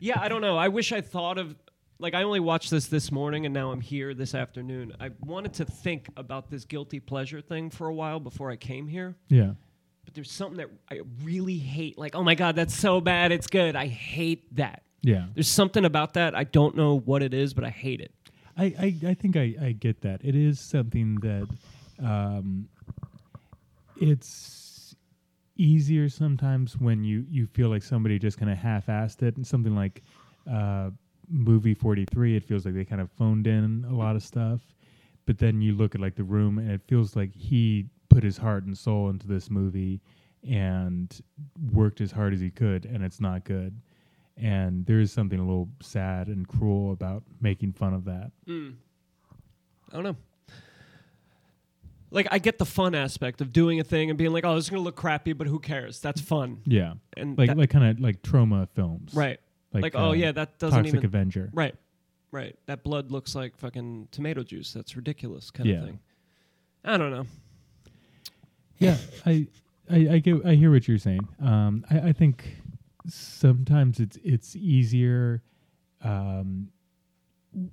Speaker 2: yeah, I don't know. I wish I thought of like I only watched this this morning and now I'm here this afternoon. I wanted to think about this guilty pleasure thing for a while before I came here,
Speaker 1: Yeah.
Speaker 2: but there's something that I really hate. Like, oh my god, that's so bad. It's good. I hate that.
Speaker 1: Yeah.
Speaker 2: There's something about that. I don't know what it is, but I hate it.
Speaker 1: I, I, I think I, I get that. It is something that um, it's easier sometimes when you, you feel like somebody just kind of half-assed it and something like uh, movie 43 it feels like they kind of phoned in a lot of stuff but then you look at like the room and it feels like he put his heart and soul into this movie and worked as hard as he could and it's not good and there is something a little sad and cruel about making fun of that
Speaker 2: I don't know. like I get the fun aspect of doing a thing and being like, oh, this is gonna look crappy, but who cares? That's fun.
Speaker 1: Yeah,
Speaker 2: And
Speaker 1: like
Speaker 2: that-
Speaker 1: like kind of like trauma films,
Speaker 2: right,
Speaker 1: Like,
Speaker 2: like, oh
Speaker 1: um,
Speaker 2: yeah, that doesn't
Speaker 1: Toxic
Speaker 2: even
Speaker 1: Avenger.
Speaker 2: right, right. That blood looks like fucking tomato juice. That's ridiculous, kind
Speaker 1: Yeah.
Speaker 2: of thing. I don't know.
Speaker 1: Yeah, I, I, I get, I hear what you're saying. Um, I, I think sometimes it's it's easier, um,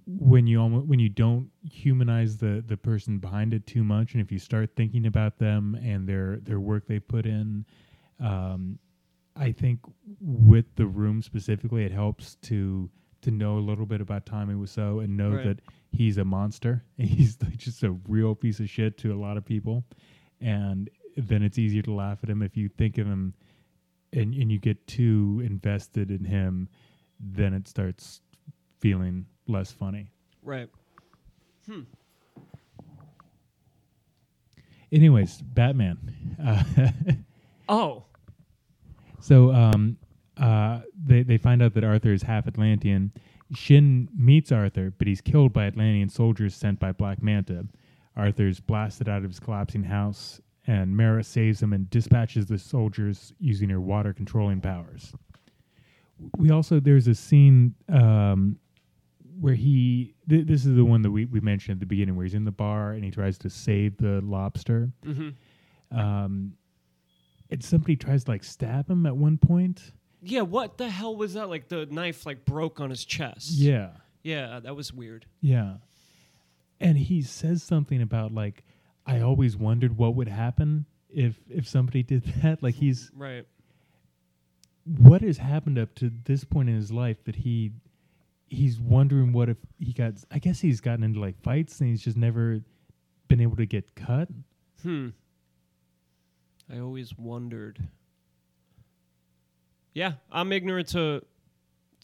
Speaker 1: when you almost when you don't humanize the the person behind it too much, and if you start thinking about them and their their work they put in, um, I think with the room specifically, it helps to to know a little bit about Tommy Wiseau and know
Speaker 2: Right.
Speaker 1: that he's a monster. He's like just a real piece of shit to a lot of people, and then it's easier to laugh at him if you think of him and and you get too invested in him, then it starts feeling less funny.
Speaker 2: Right.
Speaker 1: Anyways, Batman. Uh,
Speaker 2: Oh,
Speaker 1: So um, uh, they they find out that Arthur is half Atlantean. Shin meets Arthur, but he's killed by Atlantean soldiers sent by Black Manta. Arthur's blasted out of his collapsing house, and Mara saves him and dispatches the soldiers using her water controlling powers. We also there's a scene um, where he th- this is the one that we, we mentioned at the beginning where he's in the bar and he tries to save the lobster
Speaker 2: mm-hmm.
Speaker 1: um, and somebody tries to like stab him at one point.
Speaker 2: yeah. What the hell was that? Like the knife like broke on his chest.
Speaker 1: Yeah,
Speaker 2: Yeah, that was weird.
Speaker 1: yeah. And he says something about like, I always wondered what would happen if if somebody did that. Like he's
Speaker 2: Right.
Speaker 1: what has happened up to this point in his life that he he's wondering what if he got. I guess he's gotten into like fights and he's just never been able to get cut.
Speaker 2: Hmm. I always wondered. Yeah, I'm ignorant to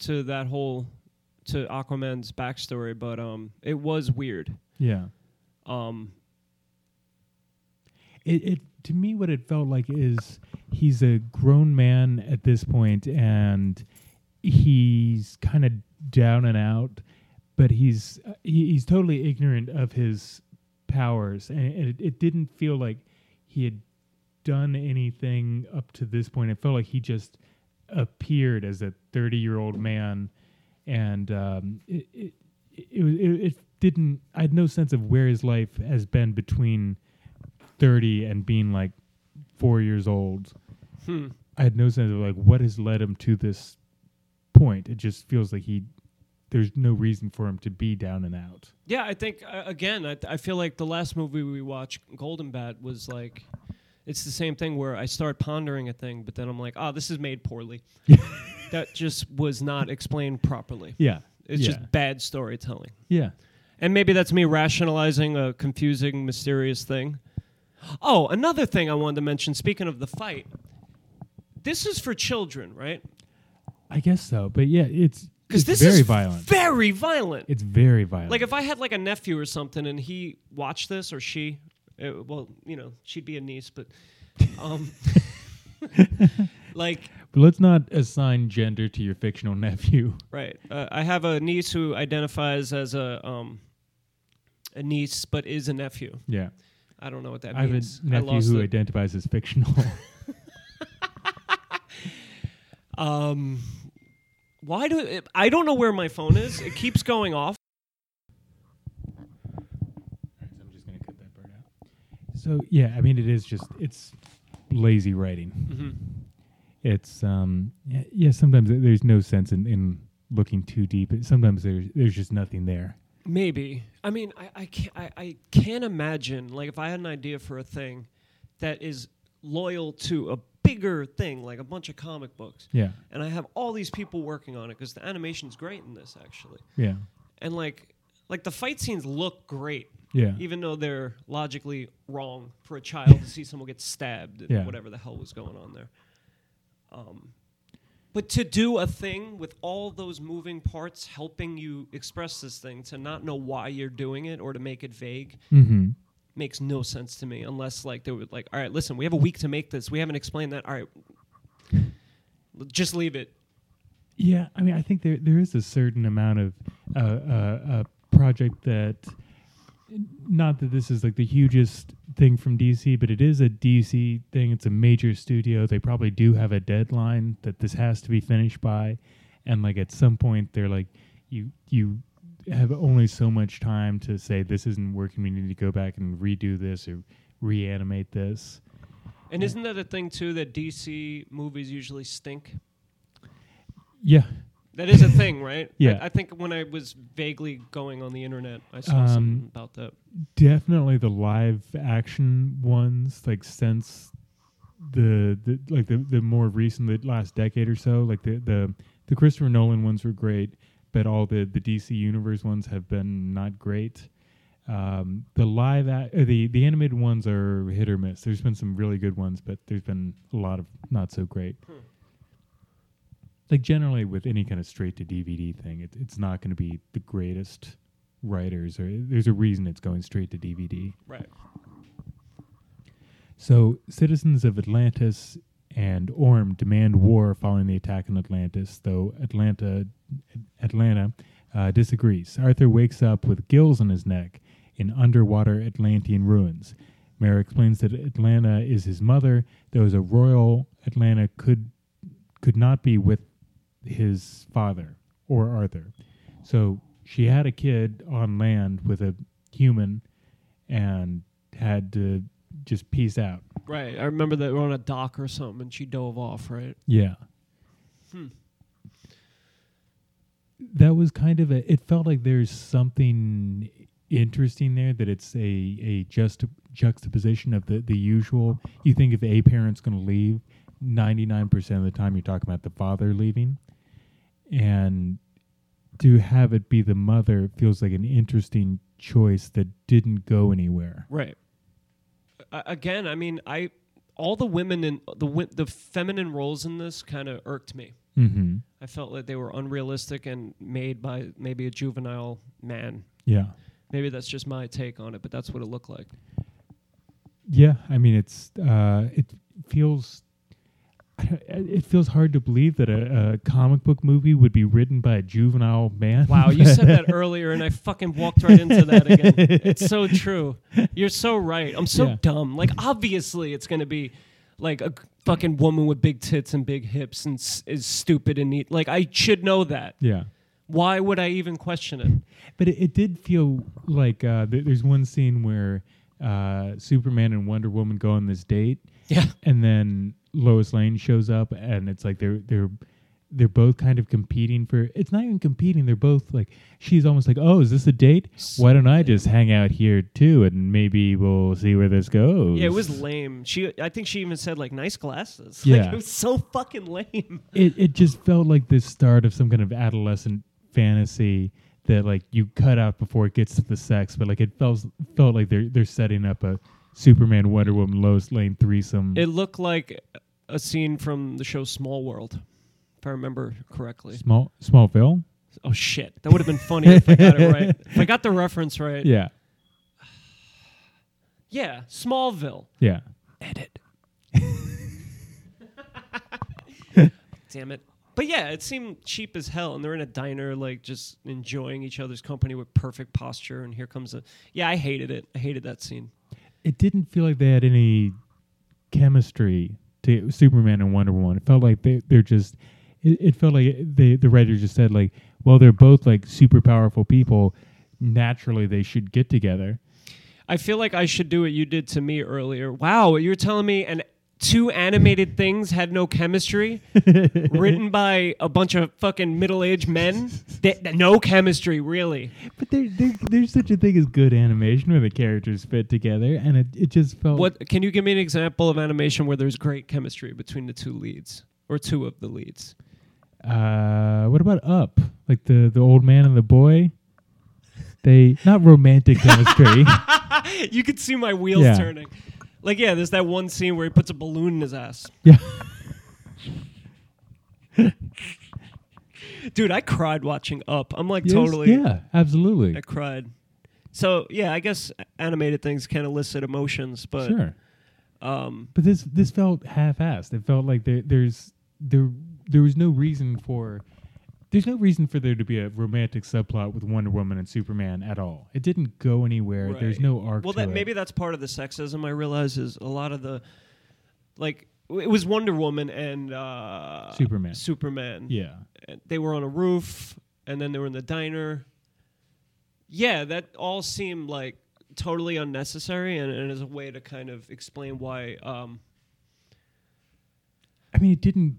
Speaker 2: to that whole to Aquaman's backstory, but um it was weird.
Speaker 1: Yeah.
Speaker 2: Um
Speaker 1: it, it to me what it felt like is he's a grown man at this point and he's kind of down and out but he's uh, he, he's totally ignorant of his powers and it, it didn't feel like he had done anything up to this point it felt like he just appeared as a 30 year old man and um, it, it, it, was- it, it didn't i had no sense of where his life has been between 30 and being like four years old,
Speaker 2: hmm.
Speaker 1: I had no sense of like what has led him to this point. It just feels like he, there's no reason for him to be down and out.
Speaker 2: Yeah, I think uh, again, I, I feel like the last movie we watched, Golden Bat, was like, it's the same thing where I start pondering a thing, but then I'm like, oh, this is made poorly. that just was not explained properly.
Speaker 1: Yeah.
Speaker 2: It's
Speaker 1: yeah.
Speaker 2: just bad storytelling.
Speaker 1: yeah.
Speaker 2: And maybe that's me rationalizing a confusing, mysterious thing. Oh, another thing I wanted to mention, speaking of the fight, this is for children, right?
Speaker 1: I guess so. But yeah, it's, it's
Speaker 2: Because this
Speaker 1: very
Speaker 2: is
Speaker 1: violent.
Speaker 2: Very violent.
Speaker 1: it's very violent.
Speaker 2: Like if I had like a nephew or something, and he watched this or she, uh well, you know, she'd be a niece, but, um, like
Speaker 1: but let's not assign gender to your fictional nephew.
Speaker 2: Right. Uh, I have a niece who identifies as a um, a niece, but is a nephew.
Speaker 1: Yeah.
Speaker 2: I don't know what that
Speaker 1: I have a
Speaker 2: means. I
Speaker 1: nephew
Speaker 2: lost
Speaker 1: who
Speaker 2: it.
Speaker 1: identifies as fictional.
Speaker 2: Um, why do it, I don't know where my phone is? It keeps going off.
Speaker 1: I'm just going to cut that part out. So yeah, I mean, it is just, it's lazy writing.
Speaker 2: hmm
Speaker 1: it's um y- yeah sometimes th- there's no sense in, in looking too deep sometimes there's there's just nothing there
Speaker 2: Maybe. I mean, I I can't, I, I can't imagine like if I had an idea for a thing that is loyal to a bigger thing, like a bunch of comic books,
Speaker 1: yeah
Speaker 2: and I have all these people working on it because the animation's great in this actually,
Speaker 1: yeah
Speaker 2: and like like the fight scenes look great.
Speaker 1: yeah
Speaker 2: even though they're logically wrong for a child to see someone get stabbed and
Speaker 1: Yeah.
Speaker 2: whatever the hell was going on there. Um, but to do a thing with all those moving parts helping you express this thing, to not know why you're doing it or to make it vague
Speaker 1: mm-hmm
Speaker 2: makes no sense to me unless like they were like, all right, listen, we have a week to make this. We haven't explained that. All right, l- just leave it.
Speaker 1: yeah i mean i think there there is a certain amount of uh, uh, uh project that not that this is like the hugest thing from DC, but it is a DC thing. It's a major studio. They probably do have a deadline that this has to be finished by, and like at some point they're like, you you have only so much time to say this isn't working. We need to go back and redo this or reanimate this.
Speaker 2: And isn't that a thing too that DC movies usually stink?
Speaker 1: Yeah,
Speaker 2: That is a thing, right?
Speaker 1: Yeah.
Speaker 2: I, I think when I was vaguely going on the internet, I saw
Speaker 1: Um,
Speaker 2: something about that.
Speaker 1: definitely the live action ones like since the, the like the, the more recent the last decade or so like the, the the christopher nolan ones were great but all the the dc universe ones have been not great um, the live ac uh, the the animated ones are hit or miss there's been some really good ones but there's been a lot of not so great like generally with any kind of straight to dvd thing it, it's not going to be the greatest writers or there's a reason it's going straight to dvd
Speaker 2: Right.
Speaker 1: so citizens of atlantis and orm demand war following the attack on atlantis though atlanta atlanta uh, disagrees arthur wakes up with gills on his neck in underwater atlantean ruins mara explains that atlanta is his mother there was a royal atlanta could could not be with his father or Arthur. So she had a kid on land with a human and had to just peace out.
Speaker 2: Right. I remember that we were on a dock or something and she dove off, right?
Speaker 1: Yeah. That was kind of a. It felt like there's something interesting there that it's a a just juxtaposition of the the usual. You think if a parent's going to leave, ninety nine percent of the time you're talking about the father leaving, and to have it be the mother feels like an interesting choice that didn't go anywhere.
Speaker 2: Right. Uh, again, I mean, I all the women in the wi- the feminine roles in this kind of irked me.
Speaker 1: Mm-hmm.
Speaker 2: I felt like they were unrealistic and made by maybe a juvenile man.
Speaker 1: Yeah.
Speaker 2: Maybe that's just my take on it, but that's what it looked like.
Speaker 1: Yeah, I mean it's uh, it feels I don't- it feels hard to believe that a, a comic book movie would be written by a juvenile man.
Speaker 2: Wow, you said that earlier, and I fucking walked right into that again. It's so true. You're so right. I'm so
Speaker 1: Yeah.
Speaker 2: dumb. Like, obviously, it's gonna be like a g- fucking woman with big tits and big hips and s- is stupid and neat. Like, I should know that.
Speaker 1: yeah,
Speaker 2: Why would I even question it?
Speaker 1: but it, it did feel like uh, th- there's one scene where uh, Superman and Wonder Woman go on this date,
Speaker 2: Yeah.
Speaker 1: and then Lois Lane shows up, and it's like they're they're they're both kind of competing for. It's not even competing. They're both like she's almost like, oh, is this a date? Why don't I just hang out here too, and maybe we'll see where this goes.
Speaker 2: Yeah, it was lame. She, I think she even said like nice glasses. Like,
Speaker 1: Yeah.
Speaker 2: it was so fucking lame.
Speaker 1: it it just felt like the start of some kind of adolescent fantasy that like you cut out before it gets to the sex, but like it felt felt like they're they're setting up a Superman, Wonder Woman, Lois Lane threesome.
Speaker 2: It looked like a scene from the show Small World, if I remember correctly.
Speaker 1: small Smallville.
Speaker 2: Oh shit, that would have been funny if I got it right. If I got the reference right.
Speaker 1: Yeah,
Speaker 2: Yeah, Smallville.
Speaker 1: yeah.
Speaker 2: Edit. Damn it. But yeah, it seemed cheap as hell, and they're in a diner, like just enjoying each other's company with perfect posture. And here comes a yeah, I hated it. I hated that scene.
Speaker 1: It didn't feel like they had any chemistry to Superman and Wonder Woman. It felt like they they're just. It, it felt like they the writer just said like, well, they're both like super powerful people. Naturally, they should get together.
Speaker 2: I feel like I should do what you did to me earlier. Wow, you're telling me and two animated things had no chemistry, written by a bunch of fucking middle-aged men. That, that- no chemistry, really.
Speaker 1: But there, there, there's such a thing as good animation where the characters fit together, and it, it just felt
Speaker 2: What can you give me an example of animation where there's great chemistry between the two leads or two of the leads?
Speaker 1: Uh, what about Up? Like the the old man and the boy. They not romantic chemistry.
Speaker 2: you could see my wheels
Speaker 1: Yeah.
Speaker 2: turning. Like yeah, there's that one scene where he puts a balloon in his ass.
Speaker 1: yeah,
Speaker 2: Dude, I cried watching Up. I'm like
Speaker 1: Yes,
Speaker 2: totally
Speaker 1: Yeah, absolutely.
Speaker 2: I cried. So yeah, I guess animated things can elicit emotions, but
Speaker 1: Sure.
Speaker 2: um,
Speaker 1: But this this felt half-assed. It felt like there, there's there there was no reason for. there- There's no reason for there to be a romantic subplot with Wonder Woman and Superman at all. It didn't go anywhere. There's
Speaker 2: Right.
Speaker 1: no arc.
Speaker 2: Well,
Speaker 1: to
Speaker 2: that
Speaker 1: it.
Speaker 2: maybe that's part of the sexism. I realize is a lot of the, like, w- it was Wonder Woman and uh,
Speaker 1: Superman.
Speaker 2: Superman.
Speaker 1: Yeah.
Speaker 2: And They were on a roof, and then they were in the diner. Yeah, that all seemed like totally unnecessary, and, and as a way to kind of explain why. Um,
Speaker 1: I mean, it didn't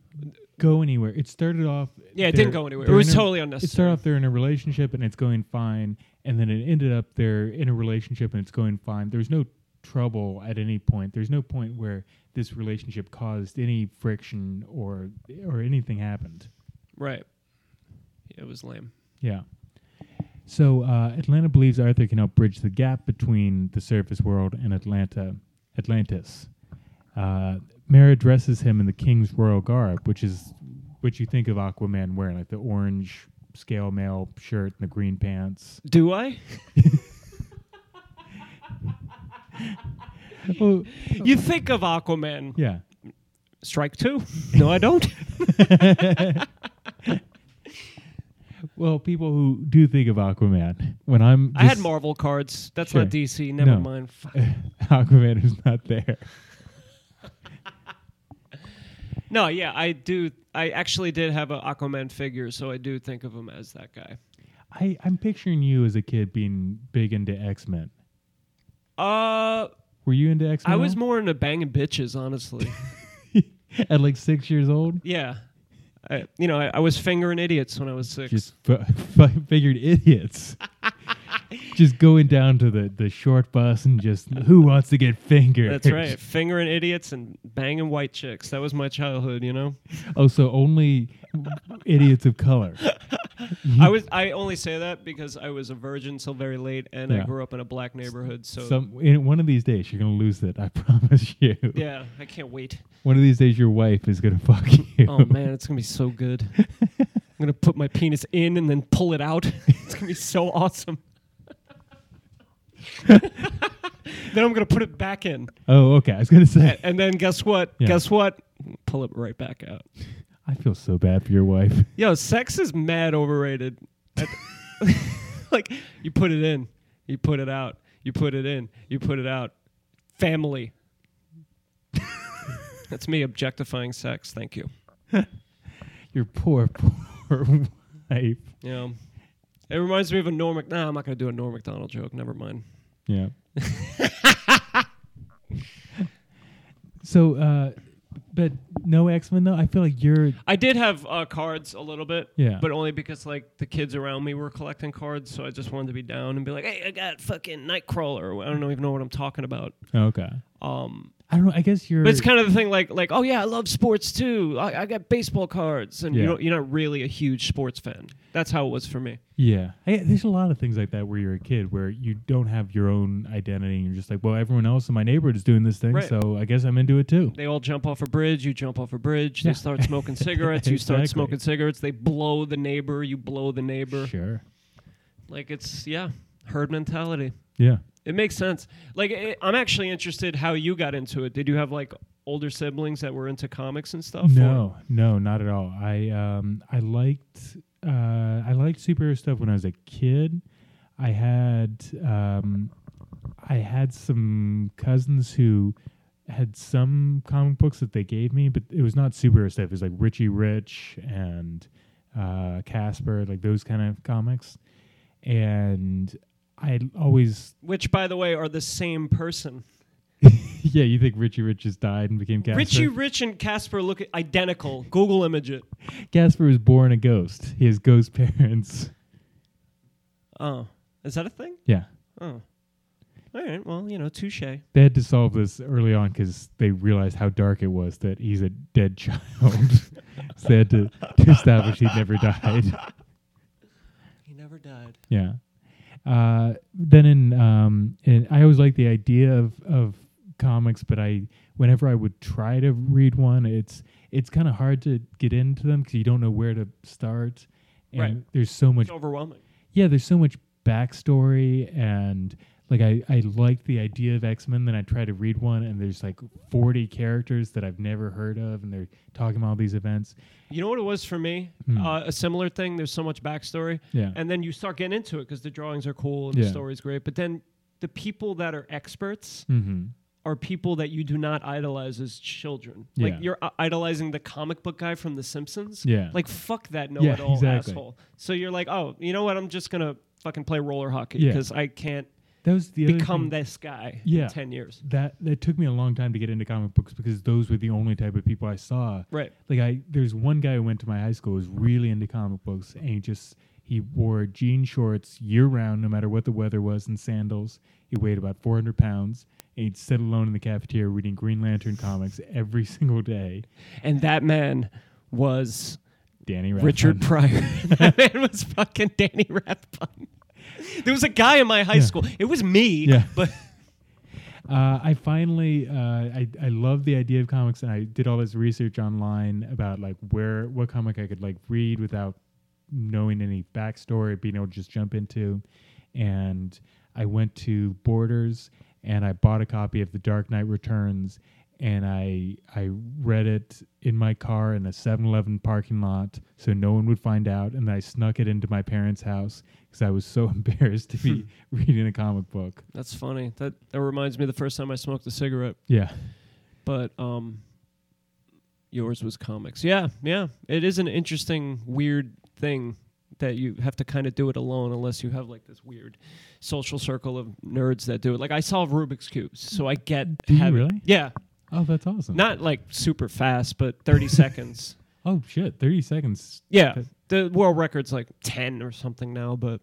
Speaker 1: go anywhere. It started off.
Speaker 2: Yeah, it
Speaker 1: they're-
Speaker 2: didn't go anywhere. It
Speaker 1: they're
Speaker 2: was
Speaker 1: in a-
Speaker 2: totally
Speaker 1: It started
Speaker 2: unnecessary.
Speaker 1: off they're in a relationship and it's going fine, and then it ended up they're in a relationship and it's going fine. There's no trouble at any point. There's no point where this relationship caused any friction or or anything happened.
Speaker 2: right. Yeah, it was lame.
Speaker 1: Yeah. So uh, Atlanta believes Arthur can help bridge the gap between the surface world and Atlanta, Atlantis. Uh, Mara dresses him in the king's royal garb, which is what you think of Aquaman wearing, like the orange scale mail shirt and the green pants.
Speaker 2: Do I?
Speaker 1: Oh,
Speaker 2: You think of Aquaman?
Speaker 1: yeah.
Speaker 2: Strike two? No, I don't.
Speaker 1: Well, people who do think of Aquaman, when I'm
Speaker 2: I had
Speaker 1: just-
Speaker 2: Marvel cards. That's
Speaker 1: Sure.
Speaker 2: not DC. Never
Speaker 1: No.
Speaker 2: mind. Fuck.
Speaker 1: Aquaman is not there.
Speaker 2: No, yeah, I do. I actually did have an Aquaman figure, so I do think of him as that guy.
Speaker 1: I, I'm picturing you as a kid being big into X Men.
Speaker 2: Uh,
Speaker 1: Were you into X Men?
Speaker 2: I was more into banging bitches, honestly.
Speaker 1: at like six years old.
Speaker 2: yeah, I, you know, I, I was fingering idiots when I was six.
Speaker 1: Just f- f- figured idiots. just going down to the, the short bus and just who wants to get fingered?
Speaker 2: That's right, fingering idiots and banging white chicks. That was my childhood, you know.
Speaker 1: Oh, so only idiots of color. Mm-hmm.
Speaker 2: I was. I only say that because I was a virgin till very late, and
Speaker 1: Yeah.
Speaker 2: I grew up in a black neighborhood. So
Speaker 1: Some in one of these days you're gonna lose it. I promise you.
Speaker 2: yeah, I can't wait.
Speaker 1: One of these days your wife is gonna fuck you.
Speaker 2: Oh man, it's gonna be so good. I'm gonna put my penis in and then pull it out. It's gonna be so awesome. then I'm gonna put it back in,
Speaker 1: Oh, okay. I was gonna
Speaker 2: A-
Speaker 1: say.
Speaker 2: and then guess what?
Speaker 1: Yeah.
Speaker 2: Guess what? Pull it right back out.
Speaker 1: I feel so bad for your wife.
Speaker 2: Yo, sex is mad overrated. I- like you put it in, you put it out, you put it in, you put it out. Family. That's me objectifying sex. Thank you.
Speaker 1: Your poor, poor wife.
Speaker 2: You know, it reminds me of a Norm. Mac- nah, I'm not gonna do a Norm Macdonald joke. Never mind.
Speaker 1: Yeah. so, uh, but no X Men though. I feel like you're.
Speaker 2: I did have uh, cards a little bit,
Speaker 1: Yeah.
Speaker 2: but only because like the kids around me were collecting cards, so I just wanted to be down and be like, "Hey, I got fucking Nightcrawler." I don't know- even know what I'm talking about.
Speaker 1: Okay.
Speaker 2: Um,
Speaker 1: I don't know. I guess you're.
Speaker 2: but it's kind of the thing, like, like, oh yeah, I love sports too. I, I got baseball cards, and
Speaker 1: Yeah.
Speaker 2: you don't, you're not really a huge sports fan. That's how it was for me.
Speaker 1: yeah. I, there's a lot of things like that where you're a kid where you don't have your own identity and you're just like, well, everyone else in my neighborhood is doing this thing,
Speaker 2: Right.
Speaker 1: so I guess I'm into it too.
Speaker 2: They all jump off a bridge. You jump off a bridge.
Speaker 1: Yeah.
Speaker 2: They start smoking cigarettes. You
Speaker 1: Exactly.
Speaker 2: start smoking cigarettes. They blow the neighbor. You blow the neighbor.
Speaker 1: Sure.
Speaker 2: Like it's yeah, herd mentality.
Speaker 1: Yeah.
Speaker 2: It makes sense. Like it, I'm actually interested how you got into it. Did you have like older siblings that were into comics and stuff?
Speaker 1: No, no, not at all. I um I liked uh I liked superhero stuff when I was a kid. I had um I had some cousins who had some comic books that they gave me, but it was not superhero stuff. It was like Richie Rich and uh Casper, like those kind of comics. And I always
Speaker 2: Which, by the way, are the same person.
Speaker 1: yeah, you think Richie Rich just died and became Casper?
Speaker 2: Richie Rich and Casper look identical. Google image it.
Speaker 1: Casper was born a ghost. He has ghost parents.
Speaker 2: Oh, is that a thing?
Speaker 1: Yeah.
Speaker 2: Oh, all right. Well, you know, touche.
Speaker 1: they had to solve this early on because they realized how dark it was that he's a dead child. so they had to, to establish he'd never died.
Speaker 2: He never died.
Speaker 1: Yeah. Uh, then in um, in I always liked the idea of of comics, but I whenever I would try to read one, it's it's kind of hard to get into them because you don't know where to start, and
Speaker 2: Right.
Speaker 1: there's so much
Speaker 2: It's overwhelming.
Speaker 1: yeah, there's so much backstory and Like I, I like the idea of X Men. Then I try to read one, and there's like 40 characters that I've never heard of, and they're talking about all these events.
Speaker 2: You know what it was for me?
Speaker 1: Hmm.
Speaker 2: Uh, a similar thing. There's so much backstory.
Speaker 1: Yeah.
Speaker 2: And then you start getting into it because the drawings are cool and
Speaker 1: Yeah.
Speaker 2: the story's great. But then the people that are experts
Speaker 1: Mm-hmm.
Speaker 2: are people that you do not idolize as children.
Speaker 1: Yeah.
Speaker 2: Like you're i- idolizing the comic book guy from The Simpsons.
Speaker 1: Yeah.
Speaker 2: Like fuck that know-it-all
Speaker 1: exactly.
Speaker 2: asshole. So you're like, oh, you know what? I'm just gonna fucking play roller hockey
Speaker 1: Yeah.
Speaker 2: because I can't
Speaker 1: That was the other
Speaker 2: become
Speaker 1: thing.
Speaker 2: this guy
Speaker 1: Yeah.
Speaker 2: in ten years.
Speaker 1: that that took me a long time to get into comic books because those were the only type of people I saw.
Speaker 2: Right.
Speaker 1: Like I there's one guy who went to my high school who was really into comic books and he just he wore jean shorts year round no matter what the weather was and sandals. He weighed about four hundred pounds and he'd sit alone in the cafeteria reading Green Lantern comics every single day.
Speaker 2: And that man was
Speaker 1: Danny Radcliffe.
Speaker 2: Richard Pryor. that man was fucking Danny Rathbun. There was a guy in my high school. It was me,
Speaker 1: Yeah.
Speaker 2: but
Speaker 1: Uh, I finally, uh, I, I love the idea of comics, and I did all this research online about like where what comic I could like read without knowing any backstory, being able to just jump into. And I went to Borders and I bought a copy of The Dark Knight Returns, and I I read it in my car in a 7-Eleven parking lot so no one would find out, and I snuck it into my parents' house because I was so embarrassed to be reading a comic book.
Speaker 2: that's funny. That that reminds me of the first time I smoked a cigarette.
Speaker 1: Yeah.
Speaker 2: but um yours was comics yeah yeah it is an interesting weird thing that you have to kind of do it alone unless you have like this weird social circle of nerds that do it like i solve rubik's cubes so i get
Speaker 1: Do you
Speaker 2: having-
Speaker 1: really?
Speaker 2: yeah
Speaker 1: Oh, that's awesome.
Speaker 2: not like super fast but 30 seconds
Speaker 1: Oh shit, thirty seconds.
Speaker 2: yeah
Speaker 1: That-
Speaker 2: the world record's like 10 or something now but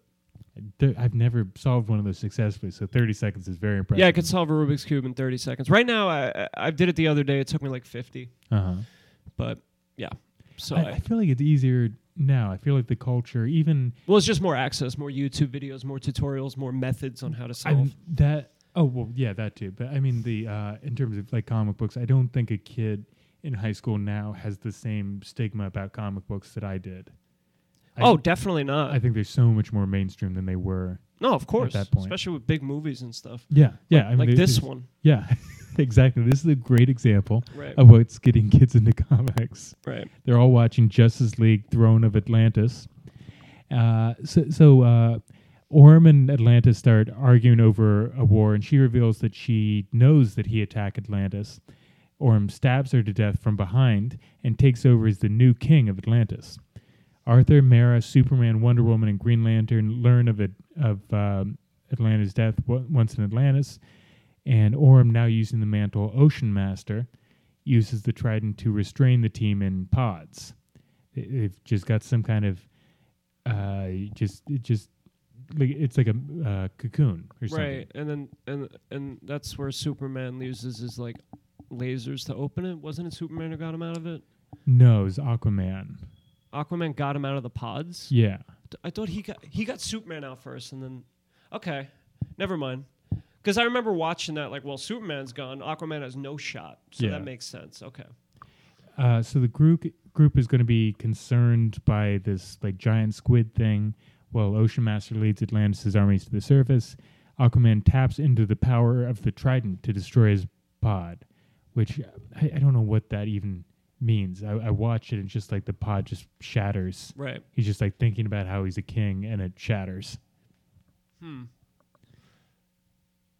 Speaker 1: Th- I've never solved one of those successfully, so thirty seconds is very impressive.
Speaker 2: yeah i could solve a rubik's cube in 30 seconds right now i I- i did it the other day it took me like 50
Speaker 1: Uh-huh.
Speaker 2: but yeah so
Speaker 1: I,
Speaker 2: I-
Speaker 1: I feel like it's easier now. I feel like the culture, even
Speaker 2: Well, it's just more access, more YouTube videos, more tutorials, more methods on how to
Speaker 1: I
Speaker 2: solve.
Speaker 1: mean, that. Oh well, yeah, that too. But I mean, the uh, in terms of like comic books, I don't think a kid in high school now has the same stigma about comic books that I did. I,
Speaker 2: oh, definitely not.
Speaker 1: I think they're so much more mainstream than they were.
Speaker 2: no, of course.
Speaker 1: that point.
Speaker 2: Especially with big movies and stuff.
Speaker 1: Yeah, yeah. I mean,
Speaker 2: like
Speaker 1: there-
Speaker 2: this
Speaker 1: there's-
Speaker 2: one.
Speaker 1: Yeah, exactly. This is a great example
Speaker 2: Right.
Speaker 1: of what's getting kids into comics.
Speaker 2: right.
Speaker 1: They're all watching Justice League: Throne of Atlantis. Uh, so, so uh, Orm and Atlantis start arguing over a war, and she reveals that she knows that he attacked Atlantis. Orm stabs her to death from behind and takes over as the new king of Atlantis. Arthur, Mara, Superman, Wonder Woman, and Green Lantern learn of it, of um, Atlantis' death w- once in Atlantis, and Orm, now using the mantle Ocean Master, uses the trident to restrain the team in pods. They- They've just got some kind of uh, just it just like it's like a uh, cocoon or something.
Speaker 2: Right. And then and and that's where Superman uses his like lasers to open it. Wasn't it Superman who got him out of it?
Speaker 1: No, it's Aquaman.
Speaker 2: Aquaman got him out of the pods.
Speaker 1: Yeah.
Speaker 2: I thought he got he got Superman out first, and then okay, never mind. Because I remember watching that, like, well, Superman's gone, Aquaman has no shot, so
Speaker 1: Yeah.
Speaker 2: that makes sense. Okay,
Speaker 1: Uh, so the group group is going to be concerned by this like giant squid thing. While Ocean Master leads Atlantis' armies to the surface, Aquaman taps into the power of the trident to destroy his pod, which I, I don't know what that even means. I, I watch it and it's just like the pod just shatters.
Speaker 2: right.
Speaker 1: He's just like thinking about how he's a king and it shatters.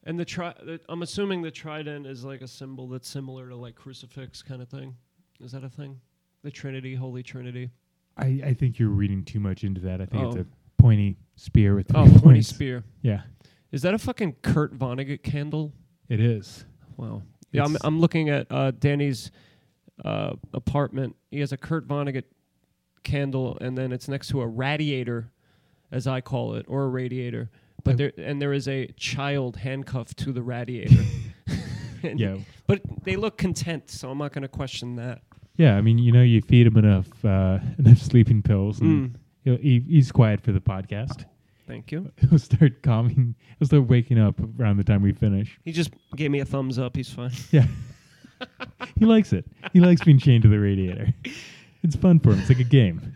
Speaker 2: And the tri- the- I'm assuming the trident is like a symbol that's similar to like crucifix kind of thing. Is that a thing? The Trinity, Holy Trinity.
Speaker 1: I, I think you're reading too much into that. I think it's
Speaker 2: Oh.
Speaker 1: a pointy spear with three
Speaker 2: Oh, pointy
Speaker 1: points.
Speaker 2: spear.
Speaker 1: Yeah,
Speaker 2: Is that a fucking Kurt Vonnegut candle?
Speaker 1: it is.
Speaker 2: Wow. Yeah, I'm,
Speaker 1: It's-
Speaker 2: I'm looking at uh, Danny's uh, apartment. He has a Kurt Vonnegut candle, and then it's next to a radiator, as I call it, or a radiator. But
Speaker 1: I-
Speaker 2: there and there is a child handcuffed to the radiator. And-
Speaker 1: Yeah.
Speaker 2: But they look content, so I'm not going to question that.
Speaker 1: Yeah, I mean, you know, you feed him enough uh, enough sleeping pills,
Speaker 2: Hmm.
Speaker 1: and
Speaker 2: Mm.
Speaker 1: he'll, he, he's quiet for the podcast.
Speaker 2: Thank you.
Speaker 1: He'll start calming. He'll start waking up around the time we finish.
Speaker 2: He just gave me a thumbs up. He's fine.
Speaker 1: Yeah, he likes it. He likes being chained to the radiator. It's fun for him. It's like a game.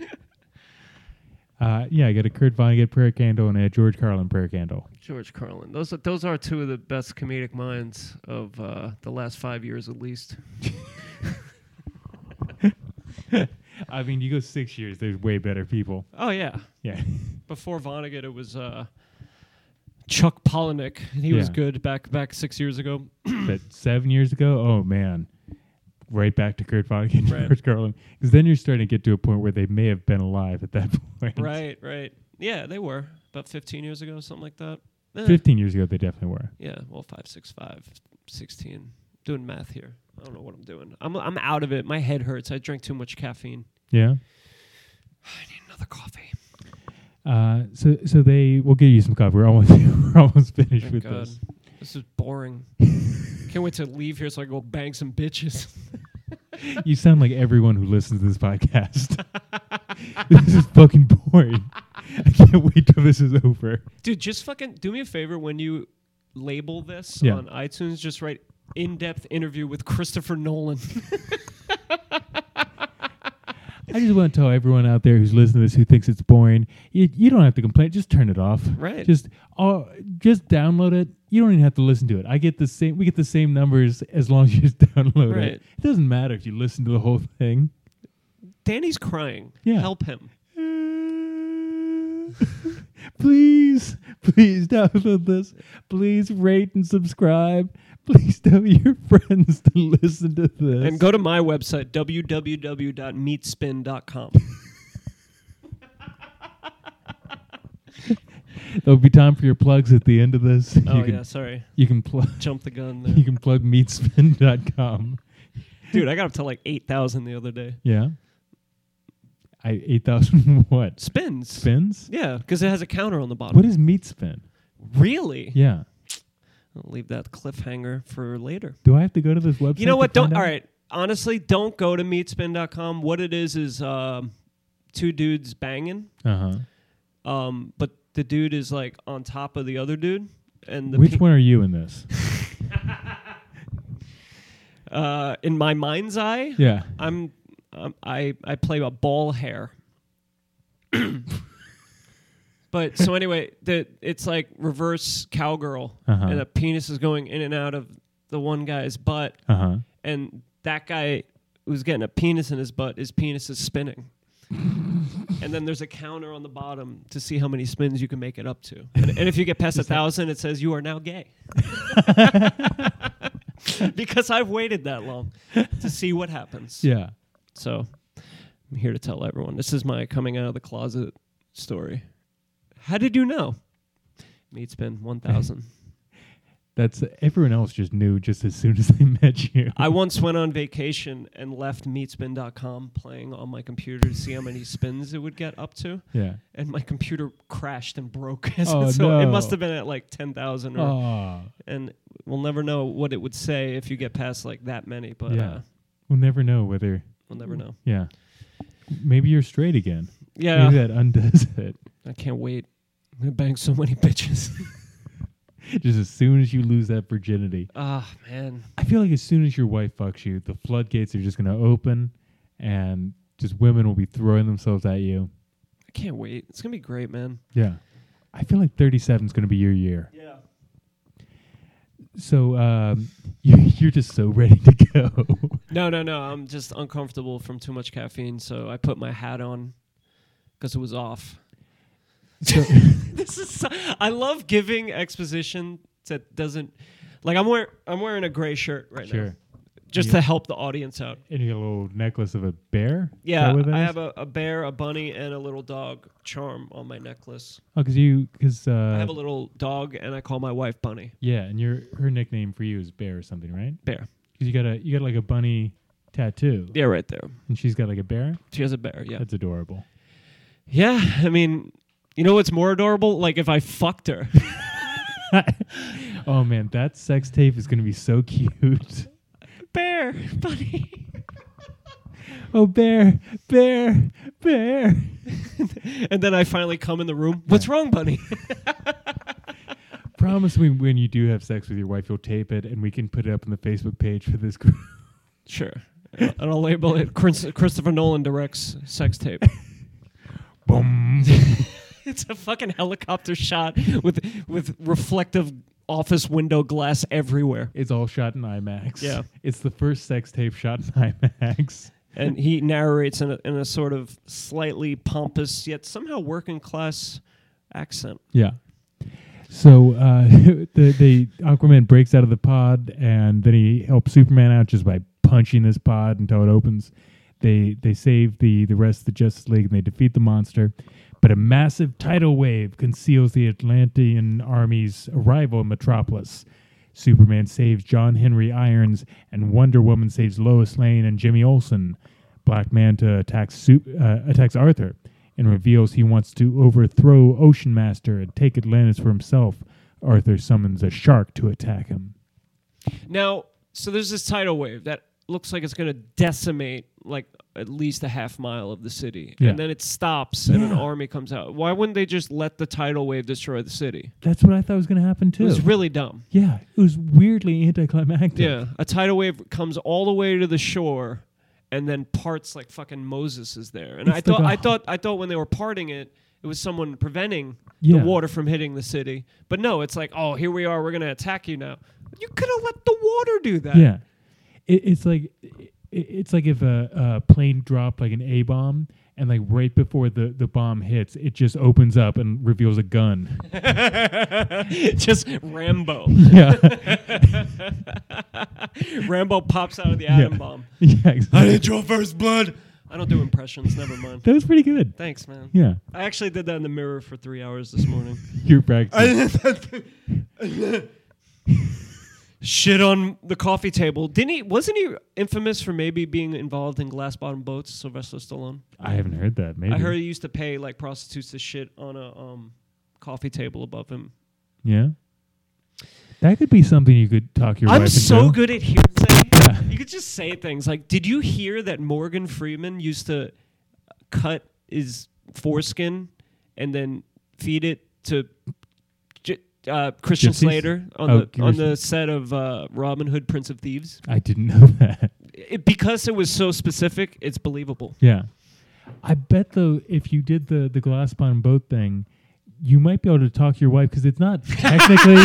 Speaker 1: Uh, yeah, I got a Kurt Vonnegut prayer candle and a George Carlin prayer candle.
Speaker 2: George Carlin. Those are, those are two of the best comedic minds of uh, the last five years, at least.
Speaker 1: I mean, you go six years, there's way better people.
Speaker 2: Oh yeah.
Speaker 1: Yeah.
Speaker 2: Before Vonnegut, it was uh, Chuck Palahniuk, and he was
Speaker 1: Yeah.
Speaker 2: good back back six years ago.
Speaker 1: but seven years ago, oh man, right back to Kurt Vonnegut and
Speaker 2: Right.
Speaker 1: George Carlin. Because then you're starting to get to a point where they may have been alive at that point.
Speaker 2: right, right. Yeah, they were about 15 years ago, something like that. Eh,
Speaker 1: 15 years ago, they definitely were.
Speaker 2: yeah, well, five, six, five, 16. Doing math here. I don't know what I'm doing. I'm I'm out of it. My head hurts. I drink too much caffeine.
Speaker 1: Yeah.
Speaker 2: Another coffee.
Speaker 1: Uh, so, so they will give you some coffee. We're almost, we're almost finished
Speaker 2: Thank
Speaker 1: with
Speaker 2: God.
Speaker 1: this.
Speaker 2: This is boring. Can't wait to leave here so I can go bang some bitches.
Speaker 1: You sound like everyone who listens to this podcast. this is fucking boring. I can't wait till this is over.
Speaker 2: Dude, just fucking do me a favor when you label this
Speaker 1: Yeah.
Speaker 2: on iTunes, just write in depth interview with Christopher Nolan.
Speaker 1: I just want to tell everyone out there who's listening to this who thinks it's boring. You, you don't have to complain. Just turn it off.
Speaker 2: Right.
Speaker 1: Just uh, just download it. You don't even have to listen to it. I get the same. We get the same numbers as long as you just download
Speaker 2: Right.
Speaker 1: it. It doesn't matter if you listen to the whole thing.
Speaker 2: Danny's crying.
Speaker 1: Yeah.
Speaker 2: Help him.
Speaker 1: please, please download this. Please rate and subscribe. Please tell your friends to listen to this.
Speaker 2: And go to my website, www.meatspin.com.
Speaker 1: There'll be time for your plugs at the end of this.
Speaker 2: oh,
Speaker 1: you can
Speaker 2: yeah, sorry.
Speaker 1: you can plug
Speaker 2: Jump the gun
Speaker 1: you
Speaker 2: there.
Speaker 1: can plug meatspin.com.
Speaker 2: Dude, I got up to like 8,000 the other day.
Speaker 1: Yeah. I eight thousand what
Speaker 2: Spins.
Speaker 1: spins?
Speaker 2: Yeah, because it has a counter on the bottom.
Speaker 1: What is meat spin?
Speaker 2: Really?
Speaker 1: Yeah.
Speaker 2: I'll leave that cliffhanger for later.
Speaker 1: Do I have to go to this website?
Speaker 2: You know
Speaker 1: to
Speaker 2: what? Don't.
Speaker 1: find out?
Speaker 2: All right. Honestly, don't go to meatspin.com. What it is is um, two dudes banging,
Speaker 1: Uh-huh.
Speaker 2: um, but the dude is like on top of the other dude, and the
Speaker 1: Which
Speaker 2: pe-
Speaker 1: one are you in this?
Speaker 2: Uh, in my mind's eye,
Speaker 1: yeah.
Speaker 2: I'm, um, I I play a ball hair. but so anyway, the it's like reverse cowgirl,
Speaker 1: Uh-huh.
Speaker 2: and the penis is going in and out of the one guy's butt,
Speaker 1: Uh-huh.
Speaker 2: and that guy who's getting a penis in his butt, his penis is spinning. and then there's a counter on the bottom to see how many spins you can make it up to. And, and if you get past a thousand, it says you are now gay. because I've waited that long to see what happens.
Speaker 1: Yeah.
Speaker 2: So I'm here to tell everyone this is my coming out of the closet story. How did you know? Meat spin 1000.
Speaker 1: That's everyone else just knew just as soon as they met you.
Speaker 2: I once went on vacation and left meatspin.com playing on my computer to see how many spins it would get up to.
Speaker 1: yeah.
Speaker 2: And my computer crashed and broke. so
Speaker 1: Oh,
Speaker 2: it
Speaker 1: no.
Speaker 2: must have been at like 10,000. or
Speaker 1: Oh.
Speaker 2: And we'll never know what it would say if you get past like that many, but
Speaker 1: Yeah.
Speaker 2: uh,
Speaker 1: We'll never know whether
Speaker 2: we'll never know.
Speaker 1: yeah. Maybe you're straight again.
Speaker 2: Yeah.
Speaker 1: Maybe that undoes it.
Speaker 2: I can't wait. I'm going to bang so many bitches.
Speaker 1: Just as soon as you lose that virginity.
Speaker 2: Ah, man.
Speaker 1: I feel like as soon as your wife fucks you, the floodgates are just going to open and just women will be throwing themselves at you.
Speaker 2: I can't wait. It's going to be great, man.
Speaker 1: Yeah. I feel like 37 is going to be your year.
Speaker 2: Yeah.
Speaker 1: So um, you, you're just so ready to go.
Speaker 2: No, no, no. I'm just uncomfortable from too much caffeine, so I put my hat on because it was off.
Speaker 1: So,
Speaker 2: this is so, I love giving exposition that doesn't like I'm wearing I'm wearing a gray shirt right now
Speaker 1: sure.
Speaker 2: just
Speaker 1: Yeah.
Speaker 2: to help the audience out.
Speaker 1: And you got a little necklace of a bear? Is
Speaker 2: Yeah,
Speaker 1: that what that
Speaker 2: I
Speaker 1: is?
Speaker 2: have a, a bear, a bunny, and a little dog charm on my necklace.
Speaker 1: Oh, because you, because, uh,
Speaker 2: I have a little dog, and I call my wife Bunny.
Speaker 1: yeah, and your her nickname for you is Bear or something, right?
Speaker 2: Bear.
Speaker 1: Because you got a, you got like a bunny tattoo
Speaker 2: Yeah, right there.
Speaker 1: and she's got like a bear.
Speaker 2: She has a bear. Yeah.
Speaker 1: That's adorable.
Speaker 2: Yeah. I mean, you know what's more adorable? Like if I fucked her.
Speaker 1: Oh man, that sex tape is going to be so cute.
Speaker 2: bear, bunny.
Speaker 1: Oh, bear, bear, bear.
Speaker 2: and then I finally come in the room. What's wrong, bunny?
Speaker 1: Promise me when you do have sex with your wife, you'll tape it and we can put it up on the Facebook page for this group.
Speaker 2: sure. And I'll label it Chris- Christopher Nolan directs sex tape.
Speaker 1: Boom.
Speaker 2: it's a fucking helicopter shot with with reflective office window glass everywhere.
Speaker 1: It's all shot in IMAX.
Speaker 2: Yeah.
Speaker 1: It's the first sex tape shot in IMAX.
Speaker 2: And he narrates in a, in a sort of slightly pompous yet somehow working class accent.
Speaker 1: Yeah. So uh, the, the Aquaman breaks out of the pod, and then he helps Superman out just by punching this pod until it opens. They they save the the rest of the Justice League and they defeat the monster, but a massive tidal wave conceals the Atlantean army's arrival in Metropolis. Superman saves John Henry Irons, and Wonder Woman saves Lois Lane and Jimmy Olsen. Black Manta attacks Su- uh, attacks Arthur and reveals he wants to overthrow Ocean Master and take Atlantis for himself. Arthur summons a shark to attack him.
Speaker 2: Now, so there's this tidal wave that looks like it's going to decimate like at least a half mile of the city.
Speaker 1: Yeah.
Speaker 2: And then it stops and an army comes out. Why wouldn't they just let the tidal wave destroy the city?
Speaker 1: That's what I thought was going to happen
Speaker 2: It
Speaker 1: too.
Speaker 2: was really dumb.
Speaker 1: yeah, it was weirdly anticlimactic.
Speaker 2: Yeah, a tidal wave comes all the way to the shore, and then parts like fucking Moses is there. And
Speaker 1: It's
Speaker 2: I thought,
Speaker 1: like a-
Speaker 2: I thought, I thought when they were parting it, it was someone preventing
Speaker 1: Yeah.
Speaker 2: the water from hitting the city. But no, it's like, oh, here we are. We're gonna attack you now. You could have let the water do that.
Speaker 1: yeah. It, it's like it, it's like if a, a plane dropped like an A bomb, and like right before the the bomb hits, it just opens up and reveals a gun.
Speaker 2: Just Rambo.
Speaker 1: yeah,
Speaker 2: Rambo pops out of the atom
Speaker 1: Yeah.
Speaker 2: bomb.
Speaker 1: yeah. Exactly.
Speaker 2: your first blood. I don't do impressions. Never mind.
Speaker 1: That was pretty good.
Speaker 2: Thanks, man.
Speaker 1: Yeah,
Speaker 2: I actually did that in the mirror for three hours this morning.
Speaker 1: you're practicing.
Speaker 2: shit on the coffee table. Didn't he? Wasn't he infamous for maybe being involved in glass bottom boats? Sylvester Stallone.
Speaker 1: I haven't heard that. Maybe
Speaker 2: I heard he used to pay like prostitutes to shit on a um, coffee table above him.
Speaker 1: Yeah. That could be something you could talk your wife
Speaker 2: I'm
Speaker 1: into.
Speaker 2: so good at hearsay.
Speaker 1: Yeah.
Speaker 2: You could just say things like, "Did you hear that Morgan Freeman used to cut his foreskin and then feed it to?" J- Uh, Christian
Speaker 1: Gypsies?
Speaker 2: Slater on
Speaker 1: Oh,
Speaker 2: the on
Speaker 1: Christian-
Speaker 2: the set of uh, Robin Hood, Prince of Thieves.
Speaker 1: I didn't know that.
Speaker 2: it, because it was so specific, it's believable.
Speaker 1: Yeah. I bet though, if you did the the glass bond boat thing, you might be able to talk your wife because it's not technically.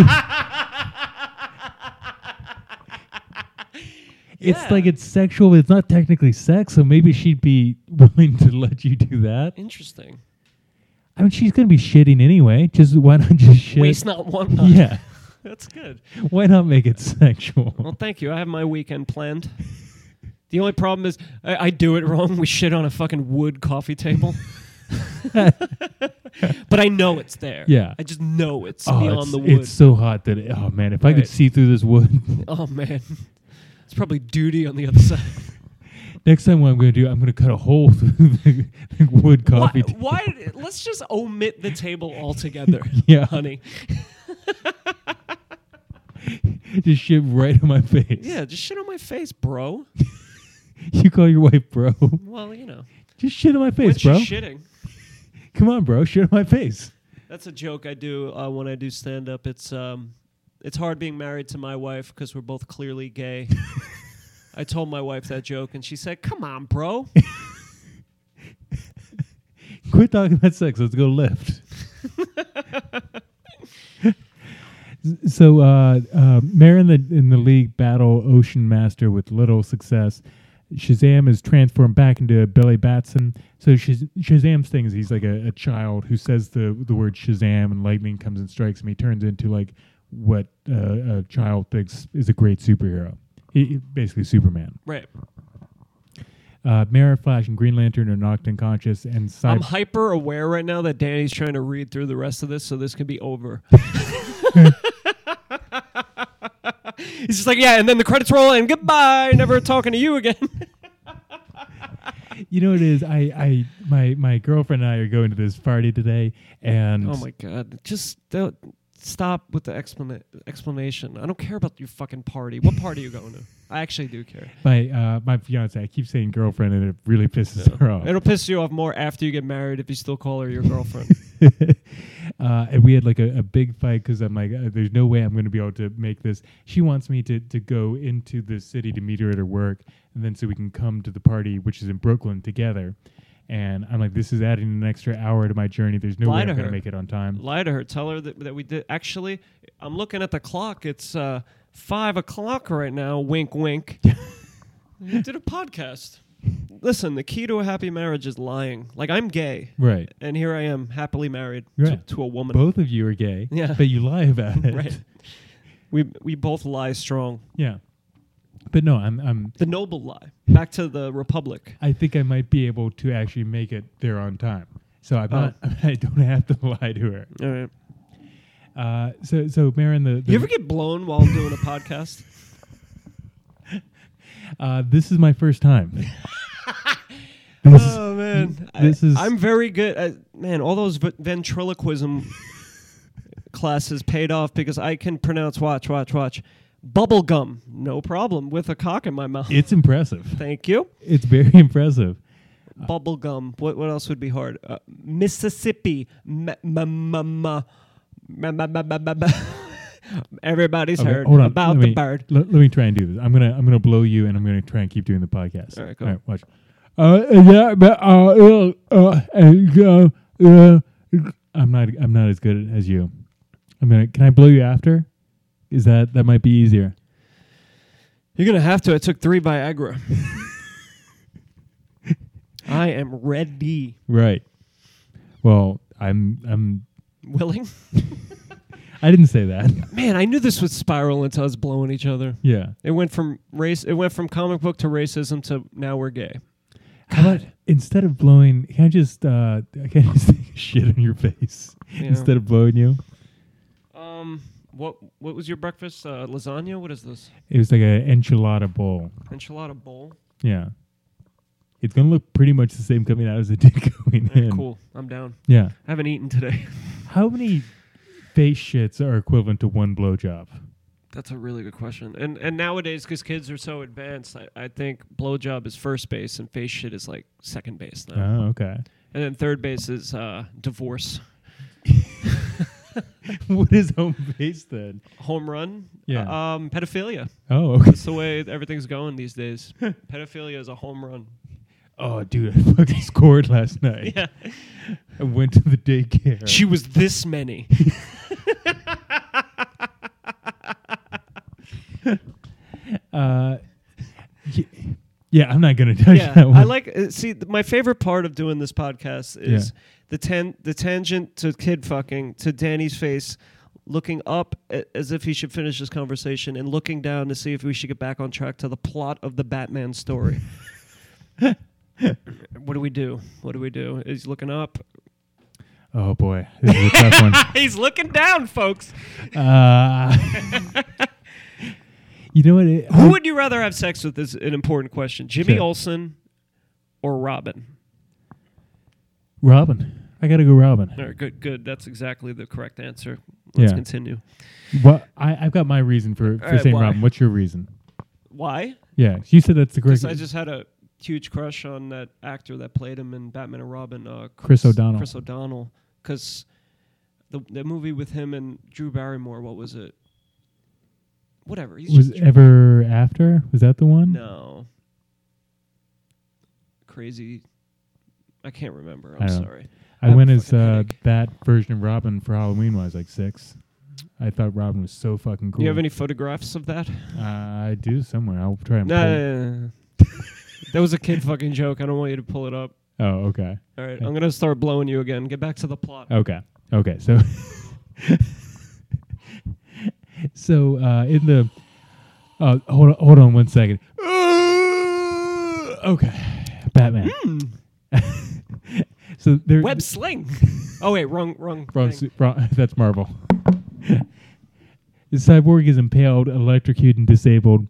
Speaker 1: It's
Speaker 2: Yeah.
Speaker 1: like it's sexual, but it's not technically sex. So maybe she'd be willing to let you do that.
Speaker 2: Interesting.
Speaker 1: I mean, she's gonna be shitting anyway. Just why not just shit?
Speaker 2: Waste not want. not.
Speaker 1: yeah.
Speaker 2: That's good.
Speaker 1: Why not make it sexual?
Speaker 2: Well, thank you. I have my weekend planned. The only problem is I, I do it wrong. We shit on a fucking wood coffee table. but I know it's there.
Speaker 1: Yeah.
Speaker 2: I just know it's
Speaker 1: Oh,
Speaker 2: beyond
Speaker 1: it's,
Speaker 2: the wood.
Speaker 1: it's so hot that oh man, if I
Speaker 2: Right.
Speaker 1: could see through this wood.
Speaker 2: oh man. It's probably duty on the other side.
Speaker 1: Next time, what I'm going to do, I'm going to cut a hole through the, the wood coffee.
Speaker 2: why,
Speaker 1: table.
Speaker 2: why let's just omit the table altogether.
Speaker 1: Yeah.
Speaker 2: Honey.
Speaker 1: Just shit right in my face.
Speaker 2: Yeah, just shit on my face, bro.
Speaker 1: You call your wife, bro.
Speaker 2: Well, you know,
Speaker 1: Just shit in my
Speaker 2: when
Speaker 1: face,
Speaker 2: she's
Speaker 1: bro.
Speaker 2: shitting.
Speaker 1: Come on, bro. Shit in my face.
Speaker 2: That's a joke I do uh, when I do stand up. It's um, it's hard being married to my wife because we're both clearly gay. I told my wife that joke, and she said, "Come on, bro."
Speaker 1: Quit talking about sex. Let's go left. so, uh, uh, Mare in the, in the league battle Ocean Master with little success. Shazam is transformed back into Billy Batson. So Shaz- Shazam's thing is he's like a, a child who says the the word Shazam and lightning comes and strikes him. He turns into like what uh, a child thinks is a great superhero. He, he- basically Superman.
Speaker 2: right.
Speaker 1: Uh, Mare, Flash, and Green Lantern are knocked unconscious, and Cyborg.
Speaker 2: I'm hyper aware right now that Danny's trying to read through the rest of this, so this can be over. He's just like, yeah, and then the credits roll, and goodbye. Never talking to you again.
Speaker 1: You know what it is? I, I my my girlfriend and I are going to this party today, and
Speaker 2: Oh my god! Just don't stop with the explana- explanation. I don't care about your fucking party. What party are you going to? I actually do care.
Speaker 1: my uh, my fiance. I keep saying girlfriend, and it really pisses her off.
Speaker 2: It'll piss you off more after you get married if you still call her your girlfriend.
Speaker 1: uh, and we had like a, a big fight because I'm like, uh, there's no way I'm going to be able to make this. She wants me to, to go into the city to meet her at her work, and then so we can come to the party, which is in Brooklyn, together. And I'm like, this is adding an extra hour to my journey. There's no
Speaker 2: Lie
Speaker 1: way
Speaker 2: to
Speaker 1: I'm gonna
Speaker 2: her.
Speaker 1: make it on time.
Speaker 2: Lie to her. Tell her that, that we did. Actually, I'm looking at the clock. It's uh, five o'clock right now. Wink, wink. we did a podcast. Listen, the key to a happy marriage is lying. Like I'm gay,
Speaker 1: Right.
Speaker 2: and here I am, happily married
Speaker 1: Yeah.
Speaker 2: to, to a woman.
Speaker 1: Both of you are gay.
Speaker 2: Yeah.
Speaker 1: But you lie about it.
Speaker 2: Right. We we both lie strong.
Speaker 1: Yeah. But no, I'm I'm
Speaker 2: The noble lie. Back to the republic.
Speaker 1: I think I might be able to actually make it there on time. So I'm
Speaker 2: Oh.
Speaker 1: not, I don't have to lie to her.
Speaker 2: All right.
Speaker 1: Uh, so so Marin, the, the
Speaker 2: You ever get blown while doing a podcast?
Speaker 1: uh, this is my first time. This is-
Speaker 2: Oh man,
Speaker 1: This
Speaker 2: I,
Speaker 1: is-
Speaker 2: I'm very good. At, man, all those v- ventriloquism classes paid off because I can pronounce watch, watch, watch, bubblegum, no problem with a cock in my mouth.
Speaker 1: it's impressive.
Speaker 2: Thank you,
Speaker 1: It's very impressive. Uh.
Speaker 2: bubblegum. What what else would be hard? Uh, Mississippi, ma- ma- ma- ma- ma- ma- ma- ma- ma- ma- Everybody's
Speaker 1: Okay,
Speaker 2: heard
Speaker 1: hold on.
Speaker 2: about
Speaker 1: let
Speaker 2: the
Speaker 1: me,
Speaker 2: bird.
Speaker 1: le- Let, me try and do this. I'm gonna I'm gonna blow you, and I'm gonna try and keep doing the podcast.
Speaker 2: All right, go.
Speaker 1: watch. Uh, yeah, but uh, uh, uh, and, uh, uh, I'm not I'm not as good as you. I'm gonna. Can I blow you after? Is that that might be easier?
Speaker 2: You're gonna have to. I took three Viagra. I am ready,
Speaker 1: Right. Well, I'm I'm
Speaker 2: willing.
Speaker 1: I didn't say that.
Speaker 2: Man, I knew this would spiral into us blowing each other.
Speaker 1: yeah.
Speaker 2: It went from race. It went from comic book to racism to now we're gay.
Speaker 1: How about instead of blowing, can I just uh can I just take a shit on your face
Speaker 2: Yeah.
Speaker 1: instead of blowing you?
Speaker 2: Um, what what was your breakfast? Uh, lasagna. What is this?
Speaker 1: It was like an enchilada bowl.
Speaker 2: Enchilada bowl.
Speaker 1: Yeah. It's gonna look pretty much the same coming out as it did going
Speaker 2: Eh,
Speaker 1: in.
Speaker 2: cool. I'm down.
Speaker 1: Yeah.
Speaker 2: I haven't eaten today.
Speaker 1: How many face shits are equivalent to one blowjob?
Speaker 2: That's a really good question. And and nowadays, because kids are so advanced, I, I think blowjob is first base and face shit is like second base now.
Speaker 1: Oh, okay.
Speaker 2: And then third base is uh, divorce.
Speaker 1: what is home base then?
Speaker 2: Home run.
Speaker 1: Yeah.
Speaker 2: Uh, um, pedophilia.
Speaker 1: Oh, okay.
Speaker 2: That's the way everything's going these days. pedophilia is a home run.
Speaker 1: Oh, dude, I fucking scored last night.
Speaker 2: Yeah.
Speaker 1: I went to the daycare.
Speaker 2: She was this many.
Speaker 1: Uh, y- yeah, I'm not gonna touch
Speaker 2: yeah,
Speaker 1: that one.
Speaker 2: I like. Uh, see, th- my favorite part of doing this podcast is
Speaker 1: Yeah.
Speaker 2: the tan- the tangent to kid fucking to Danny's face, looking up a- as if he should finish this conversation, and looking down to see if we should get back on track to the plot of the Batman story. what do we do? What do we do? He's looking up.
Speaker 1: oh boy, this is a tough one.
Speaker 2: He's looking down, folks.
Speaker 1: Uh, you know what? It,
Speaker 2: Who would you rather have sex with? Is an important question. Jimmy
Speaker 1: Sure.
Speaker 2: Olsen or Robin?
Speaker 1: Robin. I gotta go, Robin.
Speaker 2: All right, good, good. That's exactly the correct answer. Let's
Speaker 1: Yeah.
Speaker 2: continue.
Speaker 1: Well, I, I've got my reason for, for
Speaker 2: right,
Speaker 1: saying
Speaker 2: why?
Speaker 1: Robin. What's your reason?
Speaker 2: Why?
Speaker 1: Yeah, you said that's the correct.
Speaker 2: Because I just had a huge crush on that actor that played him in Batman and Robin, uh,
Speaker 1: Chris O'Donnell.
Speaker 2: Chris O'Donnell, because the the movie with him and Drew Barrymore. What was it? Whatever. He's
Speaker 1: was
Speaker 2: just Drew-
Speaker 1: ever after? Was that the one?
Speaker 2: no crazy. I can't remember.
Speaker 1: I
Speaker 2: I'm
Speaker 1: don't know.
Speaker 2: sorry. I
Speaker 1: I
Speaker 2: have
Speaker 1: went
Speaker 2: a
Speaker 1: as
Speaker 2: fucking
Speaker 1: uh,
Speaker 2: headache.
Speaker 1: that version of Robin for Halloween when I was like six. I thought Robin was so fucking cool.
Speaker 2: Do you have any photographs of that?
Speaker 1: Uh, I do somewhere. I'll try and.
Speaker 2: No, no, no, no, no. that was a kid fucking joke. I don't want you to pull it up.
Speaker 1: pull- Oh, okay.
Speaker 2: All right, I'm gonna start blowing you again. Get back to the plot.
Speaker 1: Okay. Okay. So, so uh, in the uh, hold on, hold on one second. okay, Batman. so there.
Speaker 2: Hmm. Web sling. oh wait, wrong, wrong.
Speaker 1: wrong,
Speaker 2: thing.
Speaker 1: su- wrong- that's Marvel. the cyborg is impaled, electrocuted, and disabled.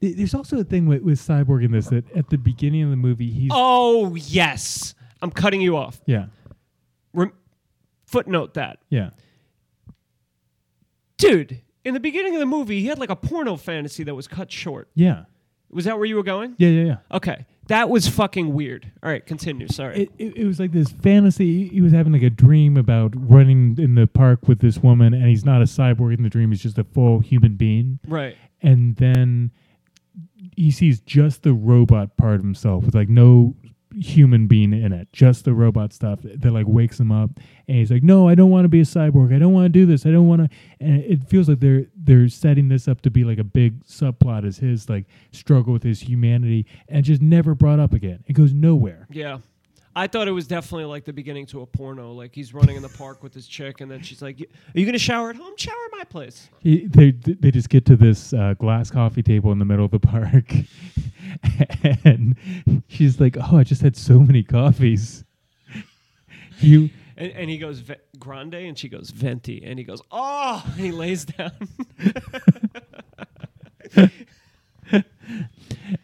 Speaker 1: Th- There's also a thing with, with cyborg in this that at the beginning of the movie he's
Speaker 2: Oh yes, I'm cutting you off.
Speaker 1: yeah
Speaker 2: Rem- footnote that,
Speaker 1: yeah
Speaker 2: dude. In the beginning of the movie, he had like a porno fantasy that was cut short.
Speaker 1: yeah
Speaker 2: Was that where you were going?
Speaker 1: yeah yeah yeah.
Speaker 2: Okay, that was fucking weird. All right, continue. Sorry.
Speaker 1: it, it, it was like this fantasy. He was having like a dream about running in the park with this woman, and he's not a cyborg in the dream. He's just a full human being.
Speaker 2: right.
Speaker 1: And then he sees just the robot part of himself with like no human being in it, just the robot stuff that like wakes him up, and he's like, "No, I don't want to be a cyborg. I don't want to do this. I don't want to." And it feels like they're they're setting this up to be like a big subplot as his like struggle with his humanity, and just never brought up again. It goes nowhere.
Speaker 2: Yeah. I thought it was definitely like the beginning to a porno. Like he's running in the park with his chick, and then she's like, "Y- "Are you gonna shower at home? Shower at my place."
Speaker 1: He- they they just get to this uh, glass coffee table in the middle of the park, and she's like, "Oh, I just had so many coffees." You.
Speaker 2: And, and he goes "Ve- grande, and she goes venti, and he goes oh, and he lays down.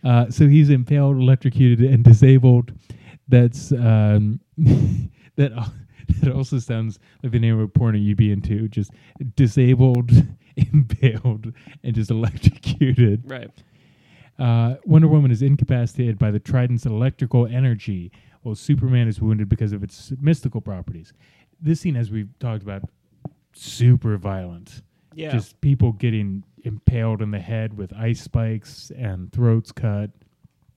Speaker 1: Uh, so he's impaled, electrocuted, and disabled. That's um, that. al- That also sounds like the name of a porno you'd be into. Just disabled, impaled, and just electrocuted.
Speaker 2: right.
Speaker 1: Uh, Wonder Woman is incapacitated by the Trident's electrical energy, while Superman is wounded because of its mystical properties. This scene, as we've talked about, super violent.
Speaker 2: Yeah.
Speaker 1: Just people getting impaled in the head with ice spikes and throats cut.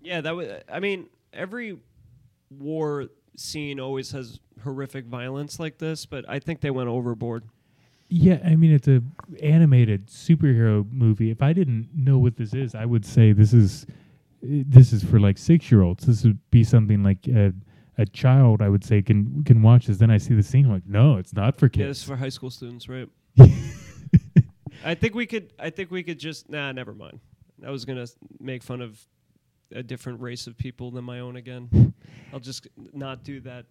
Speaker 2: Yeah, that was. I mean, every war scene always has horrific violence like this, but I think they went overboard.
Speaker 1: Yeah, I mean it's a animated superhero movie. If I didn't know what this is, I would say this is this is for like six year olds. This would be something like a, a child. I would say can can watch this. Then I see the scene I'm like, no, it's not for
Speaker 2: Yeah, this is
Speaker 1: kids.
Speaker 2: for high school students, right? I think we could. I think we could just. Nah, never mind. I was gonna s- make fun of a different race of people than my own again. I'll just not do that,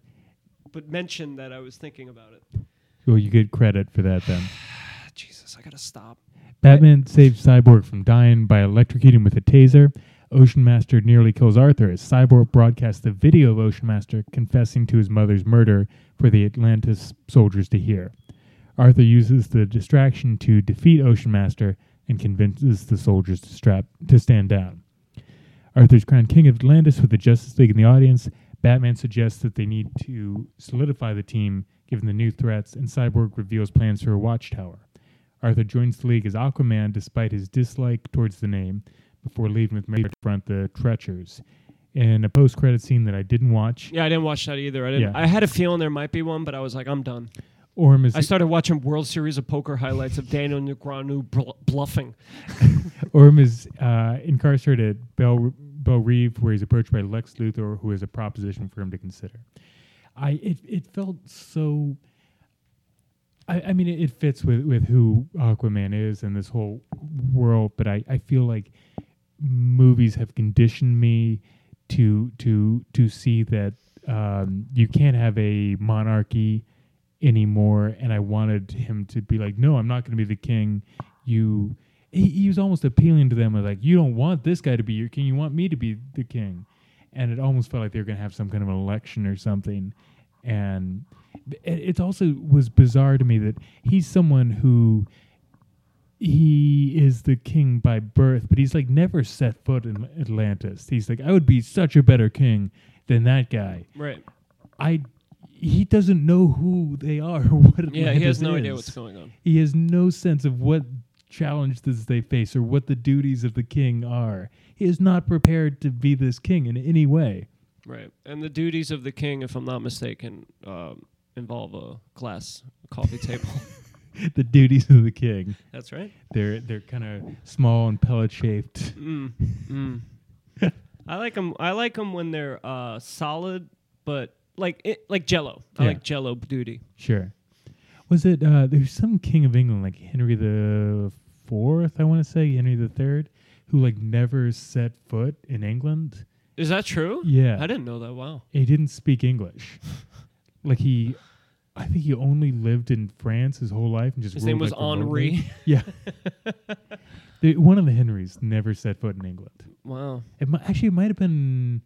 Speaker 2: but mention that I was thinking about it.
Speaker 1: Well, you get credit for that then.
Speaker 2: Ah, Jesus, I gotta stop.
Speaker 1: Batman saves Cyborg from dying by electrocuting with a taser. Ocean Master nearly kills Arthur as Cyborg broadcasts the video of Ocean Master confessing to his mother's murder for the Atlantis soldiers to hear. Arthur uses the distraction to defeat Ocean Master and convinces the soldiers to strap to stand down. Arthur's crowned king of Atlantis with the Justice League in the audience. Batman suggests that they need to solidify the team given the new threats, and Cyborg reveals plans for a watchtower. Arthur joins the League as Aquaman despite his dislike towards the name before leaving with Mary to confront the Treacher's. In a post credit scene that I didn't watch,
Speaker 2: Yeah, I didn't watch that either. I didn't.
Speaker 1: Yeah.
Speaker 2: I had a feeling there might be one, but I was like, I'm done.
Speaker 1: Orm is
Speaker 2: I started watching World Series of Poker highlights of Daniel Negreanu bl- bluffing.
Speaker 1: Orm is uh, incarcerated at Bell, Bell Reeve, where he's approached by Lex Luthor, who is a proposition for him to consider. I it, it felt so. I, I mean, it, it fits with, with who Aquaman is and this whole world, but I, I feel like movies have conditioned me to to to see that um, you can't have a monarchy anymore, and I wanted him to be like, no, I'm not going to be the king. You, he, he was almost appealing to them as like, you don't want this guy to be your king, you want me to be the king, and it almost felt like they were going to have some kind of election or something, and it, it also was bizarre to me that he's someone who he is the king by birth, but he's like never set foot in Atlantis. He's like, I would be such a better king than that guy.
Speaker 2: Right.
Speaker 1: I he doesn't know who they are or what Atlantis
Speaker 2: Yeah, he has no idea
Speaker 1: is.
Speaker 2: what's going on.
Speaker 1: He has no sense of what challenges they face or what the duties of the king are. He is not prepared to be this king in any way.
Speaker 2: Right. And the duties of the king, if I'm not mistaken, um, involve a glass coffee table.
Speaker 1: The duties of the king.
Speaker 2: That's right.
Speaker 1: They're they're kind of small and pellet shaped.
Speaker 2: Mm, mm. I like them. I like 'em when they're uh, solid, but like it, like Jello. I
Speaker 1: Yeah.
Speaker 2: like Jello duty.
Speaker 1: Sure. Was it uh there's some king of England like Henry the Fourth, I want to say Henry the Third, who like never set foot in England.
Speaker 2: Is that true?
Speaker 1: Yeah,
Speaker 2: I didn't know that. Wow.
Speaker 1: he didn't speak English. like he, I think he only lived in France his whole life and just
Speaker 2: His name
Speaker 1: ruled,
Speaker 2: was
Speaker 1: like, remotely.
Speaker 2: Henri.
Speaker 1: Yeah. The- one of the Henrys never set foot in England.
Speaker 2: wow.
Speaker 1: It mi- actually it might have been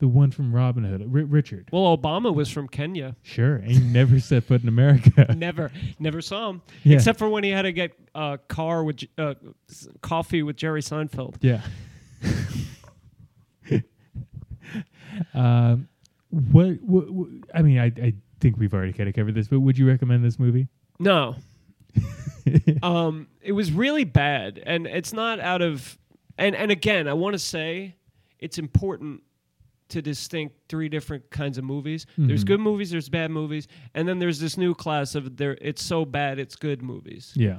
Speaker 1: the one from Robin Hood, Ri Richard.
Speaker 2: Well, Obama was from Kenya.
Speaker 1: Sure, and he never set foot in America.
Speaker 2: Never, never saw him.
Speaker 1: Yeah.
Speaker 2: Except for when he had to get uh, car with J- uh, s- coffee with Jerry Seinfeld.
Speaker 1: Yeah. um, what, what, what? I mean, I, I think we've already kind of covered this, but would you recommend this movie?
Speaker 2: No. um, it was really bad, and it's not out of. And and again, I want to say, it's important to distinct three different kinds of movies. There's good movies, there's bad movies, and then there's this new class of there it's so bad it's good movies.
Speaker 1: Yeah.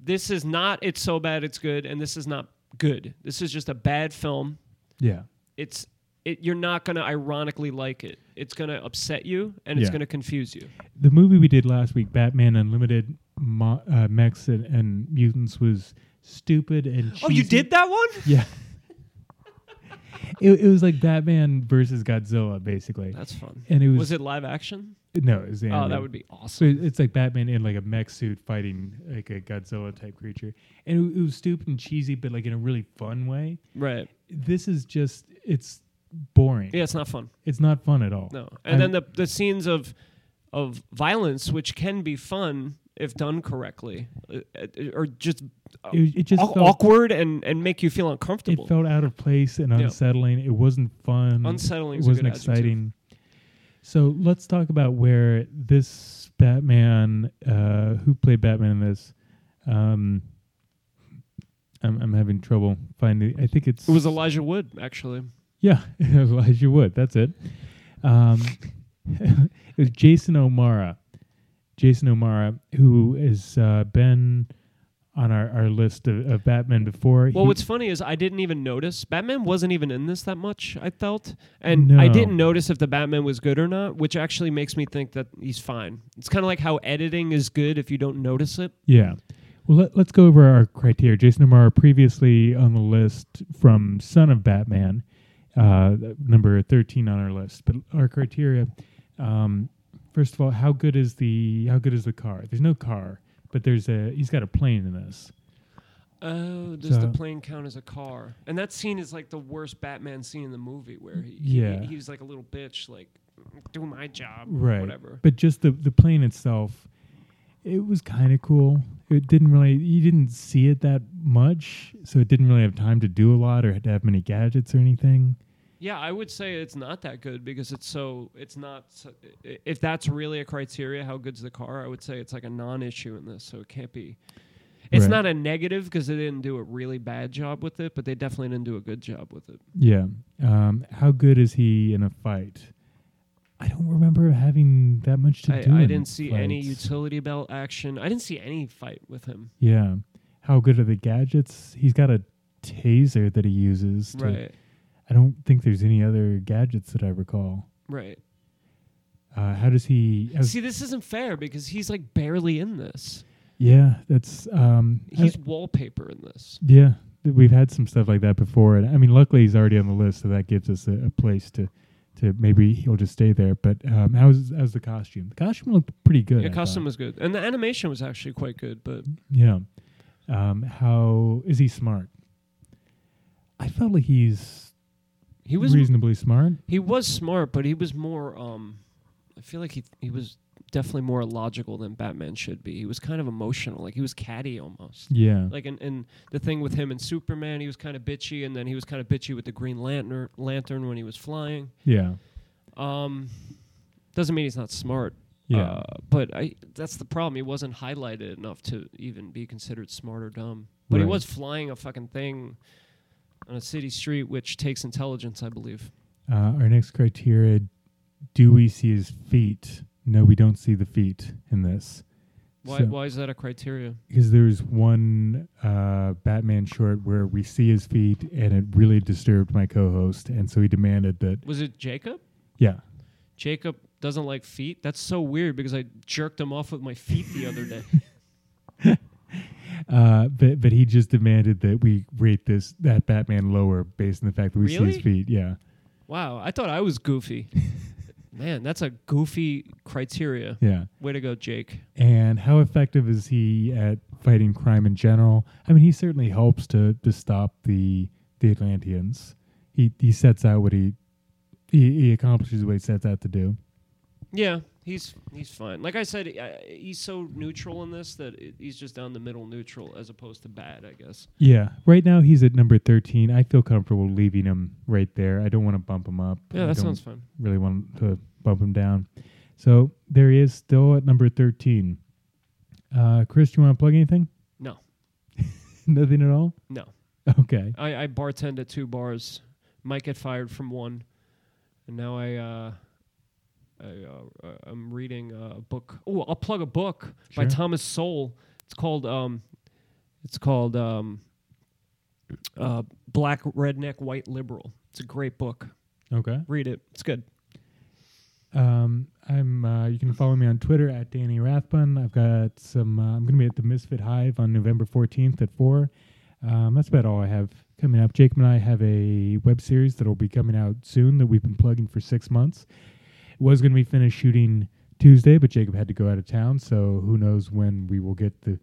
Speaker 2: This is not it's so bad it's good and this is not good. This is just a bad film.
Speaker 1: Yeah.
Speaker 2: It's it, you're not going to ironically like it. It's going to upset you and it's
Speaker 1: Yeah.
Speaker 2: going to confuse you.
Speaker 1: The movie we did last week, Batman Unlimited, Mo- uh, Mechs and, and Mutants, was stupid and cheesy.
Speaker 2: Oh, you did that one?
Speaker 1: Yeah. it, it was like Batman versus Godzilla, basically.
Speaker 2: That's fun.
Speaker 1: And it was,
Speaker 2: Uh, Was it live action?
Speaker 1: no, it was
Speaker 2: Oh, that
Speaker 1: animated.
Speaker 2: would be
Speaker 1: So
Speaker 2: awesome.
Speaker 1: it- it's like Batman in like a mech suit fighting like a Godzilla type creature, and it, it was stupid and cheesy, but like in a really fun way.
Speaker 2: Right.
Speaker 1: This is just it's boring.
Speaker 2: Yeah, it's not fun.
Speaker 1: It's not fun at all.
Speaker 2: No. And
Speaker 1: I-
Speaker 2: then the the scenes of of violence which can be fun if done correctly uh, uh, or just uh,
Speaker 1: It, it just
Speaker 2: aw-
Speaker 1: felt,
Speaker 2: awkward and and make you feel
Speaker 1: it
Speaker 2: uncomfortable.
Speaker 1: felt out of place and
Speaker 2: Yeah.
Speaker 1: unsettling. It wasn't fun.
Speaker 2: Unsettling
Speaker 1: It
Speaker 2: is a
Speaker 1: wasn't
Speaker 2: good adjective.
Speaker 1: exciting. So let's talk about where this Batman, uh, who played Batman in this, um, I'm, I'm having trouble finding. I think it's
Speaker 2: It was Elijah Wood actually.
Speaker 1: Yeah, Elijah Wood. That's it. Um, it was Jason O'Mara. Jason O'Mara, who has uh, been on our, our list of, of Batman before.
Speaker 2: Well,
Speaker 1: He-
Speaker 2: what's funny is I didn't even notice Batman wasn't even in this that much. I felt, and I
Speaker 1: No.
Speaker 2: didn't notice if the Batman was good or not, which actually makes me think that he's fine. It's kind of like how editing is good if you don't notice it.
Speaker 1: Yeah. Well, let, let's go over our criteria. Jason O'Mara previously on the list from Son of Batman, uh, number 13 on our list. But our criteria, um, first of all, how good is the how good is the car? There's no car, but there's a he's got a plane in this.
Speaker 2: Oh, does the
Speaker 1: So-
Speaker 2: plane count as a car? And that scene is like the worst Batman scene in the movie, where he,
Speaker 1: Yeah.
Speaker 2: he he's like a little bitch, like do my job,
Speaker 1: right
Speaker 2: Whatever.
Speaker 1: but just the the plane itself it was kind of cool it didn't really you didn't see it that much so it didn't really have time to do a lot or had to have many gadgets or anything
Speaker 2: Yeah, I would say it's not that good because it's so it's not. So, i- if that's really a criteria, how good's the car? I would say it's like a non-issue in this, so it can't be. It's
Speaker 1: Right.
Speaker 2: not a negative because they didn't do a really bad job with it, but they definitely didn't do a good job with it.
Speaker 1: yeah um how good is he in a fight i don't remember having that much to
Speaker 2: I,
Speaker 1: do
Speaker 2: I
Speaker 1: in
Speaker 2: didn't see any
Speaker 1: fights.
Speaker 2: utility belt action. I didn't see any fight with him.
Speaker 1: yeah how good are the gadgets he's got a taser that he uses to,
Speaker 2: Right,
Speaker 1: i don't think there's any other gadgets that i recall
Speaker 2: right.
Speaker 1: uh, how does he how-
Speaker 2: See, this isn't fair because he's like barely in this.
Speaker 1: yeah that's um I-
Speaker 2: He's wallpaper in this.
Speaker 1: Yeah, th- we've had some stuff like that before, and I mean, luckily he's already on the list, so that gives us a, a place to, to maybe he'll just stay there. But um, how's how's the costume? The costume looked pretty good.
Speaker 2: The
Speaker 1: I
Speaker 2: costume
Speaker 1: thought.
Speaker 2: was good, and the animation was actually quite good. But
Speaker 1: Yeah. Um, how is he smart? I felt like he's
Speaker 2: he was
Speaker 1: reasonably smart.
Speaker 2: He was smart, but he was more. Um, I feel like he he was definitely more logical than Batman should be. He was kind of emotional, like he was catty almost.
Speaker 1: Yeah.
Speaker 2: Like in, in the thing with him and Superman, he was kind of bitchy, and then he was kind of bitchy with the Green Lantern lantern when he was flying.
Speaker 1: Yeah.
Speaker 2: Um, doesn't mean he's not smart.
Speaker 1: Yeah.
Speaker 2: uh, but I that's the problem. He wasn't highlighted enough to even be considered smart or dumb. But he
Speaker 1: Right.
Speaker 2: was flying a fucking thing on a city street, which takes intelligence, I believe.
Speaker 1: Uh, our next criteria: Do we see his feet? No, we don't see the feet in this.
Speaker 2: Why
Speaker 1: So-
Speaker 2: why is that a criteria?
Speaker 1: because there's one uh, Batman short where we see his feet, and it really disturbed my co-host, and so he demanded that.
Speaker 2: Was it Jacob?
Speaker 1: Yeah,
Speaker 2: Jacob doesn't like feet. That's so weird because I jerked him off with my feet the other day.
Speaker 1: uh, but but he just demanded that we rate this that Batman lower based on the fact that we see
Speaker 2: Really?
Speaker 1: his feet. Yeah,
Speaker 2: Wow, I thought I was goofy. Man, that's a goofy criteria.
Speaker 1: yeah.
Speaker 2: Way to go, Jake.
Speaker 1: And how effective is he at fighting crime in general? I mean, he certainly helps to to stop the the Atlanteans. He he sets out what he he, he accomplishes what he sets out to do.
Speaker 2: Yeah, he's he's fine. Like I said, I, he's so neutral in this that it, he's just down the middle neutral as opposed to bad, I guess.
Speaker 1: Yeah. Right now he's at number 13. I feel comfortable leaving him right there. I don't want to bump him up.
Speaker 2: Yeah,
Speaker 1: I
Speaker 2: that
Speaker 1: don't
Speaker 2: sounds fun.
Speaker 1: really want to bump him down. So there he is still at number 13. Uh, Chris, do you want to plug anything?
Speaker 2: No.
Speaker 1: Nothing at all?
Speaker 2: No.
Speaker 1: Okay.
Speaker 2: I, I bartend at two bars. Might get fired from one. and now I. Uh, I, uh, uh, I'm reading uh, a book. Oh, I'll plug a book by
Speaker 1: Sure.
Speaker 2: Thomas Sowell. It's called um, it's called um, uh, Black Redneck White Liberal. It's a great book.
Speaker 1: Okay.
Speaker 2: Read it. It's good.
Speaker 1: Um, I'm. Uh, you can follow me on Twitter at Danny Rathbun. I've got some. Uh, I'm going to be at the Misfit Hive on November 14th at four. Um, that's about all I have coming up. Jacob and I have a web series that'll be coming out soon that we've been plugging for six months. It was going to be finished shooting Tuesday, but Jacob had to go out of town, so who knows when we will get the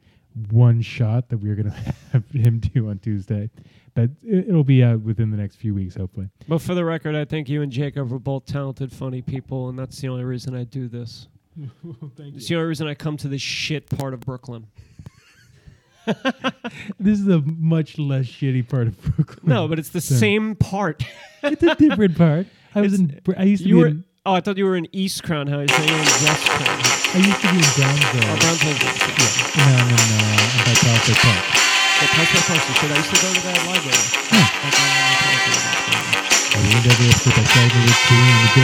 Speaker 1: one shot that we're going to have him do on Tuesday. But it, it'll be out within the next few weeks, hopefully.
Speaker 2: But for the record, I think you and Jacob are both talented, funny people, and that's the only reason I do this.
Speaker 1: Thank
Speaker 2: It's the only reason I come to this shit part of Brooklyn.
Speaker 1: This is a much less shitty part of Brooklyn.
Speaker 2: No, but it's the
Speaker 1: Sorry.
Speaker 2: same part.
Speaker 1: it's a different part. I was in. Br- I used to
Speaker 2: You
Speaker 1: be.
Speaker 2: were
Speaker 1: in,
Speaker 2: oh, I thought you were in East Crown House. I thought you were in West Crown. House.
Speaker 1: I used to be in
Speaker 2: Oh,
Speaker 1: Brownsville. and
Speaker 2: Brownsville.
Speaker 1: Now I'm in uh, in Vitalco Park.
Speaker 2: The Tesla Tesla shit. I used to go to that library.
Speaker 1: I leaned over to put my shoulder with Kareem. Would you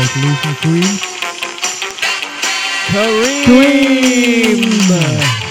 Speaker 1: like to lose some Kareem?
Speaker 2: Kareem!
Speaker 1: Kareem!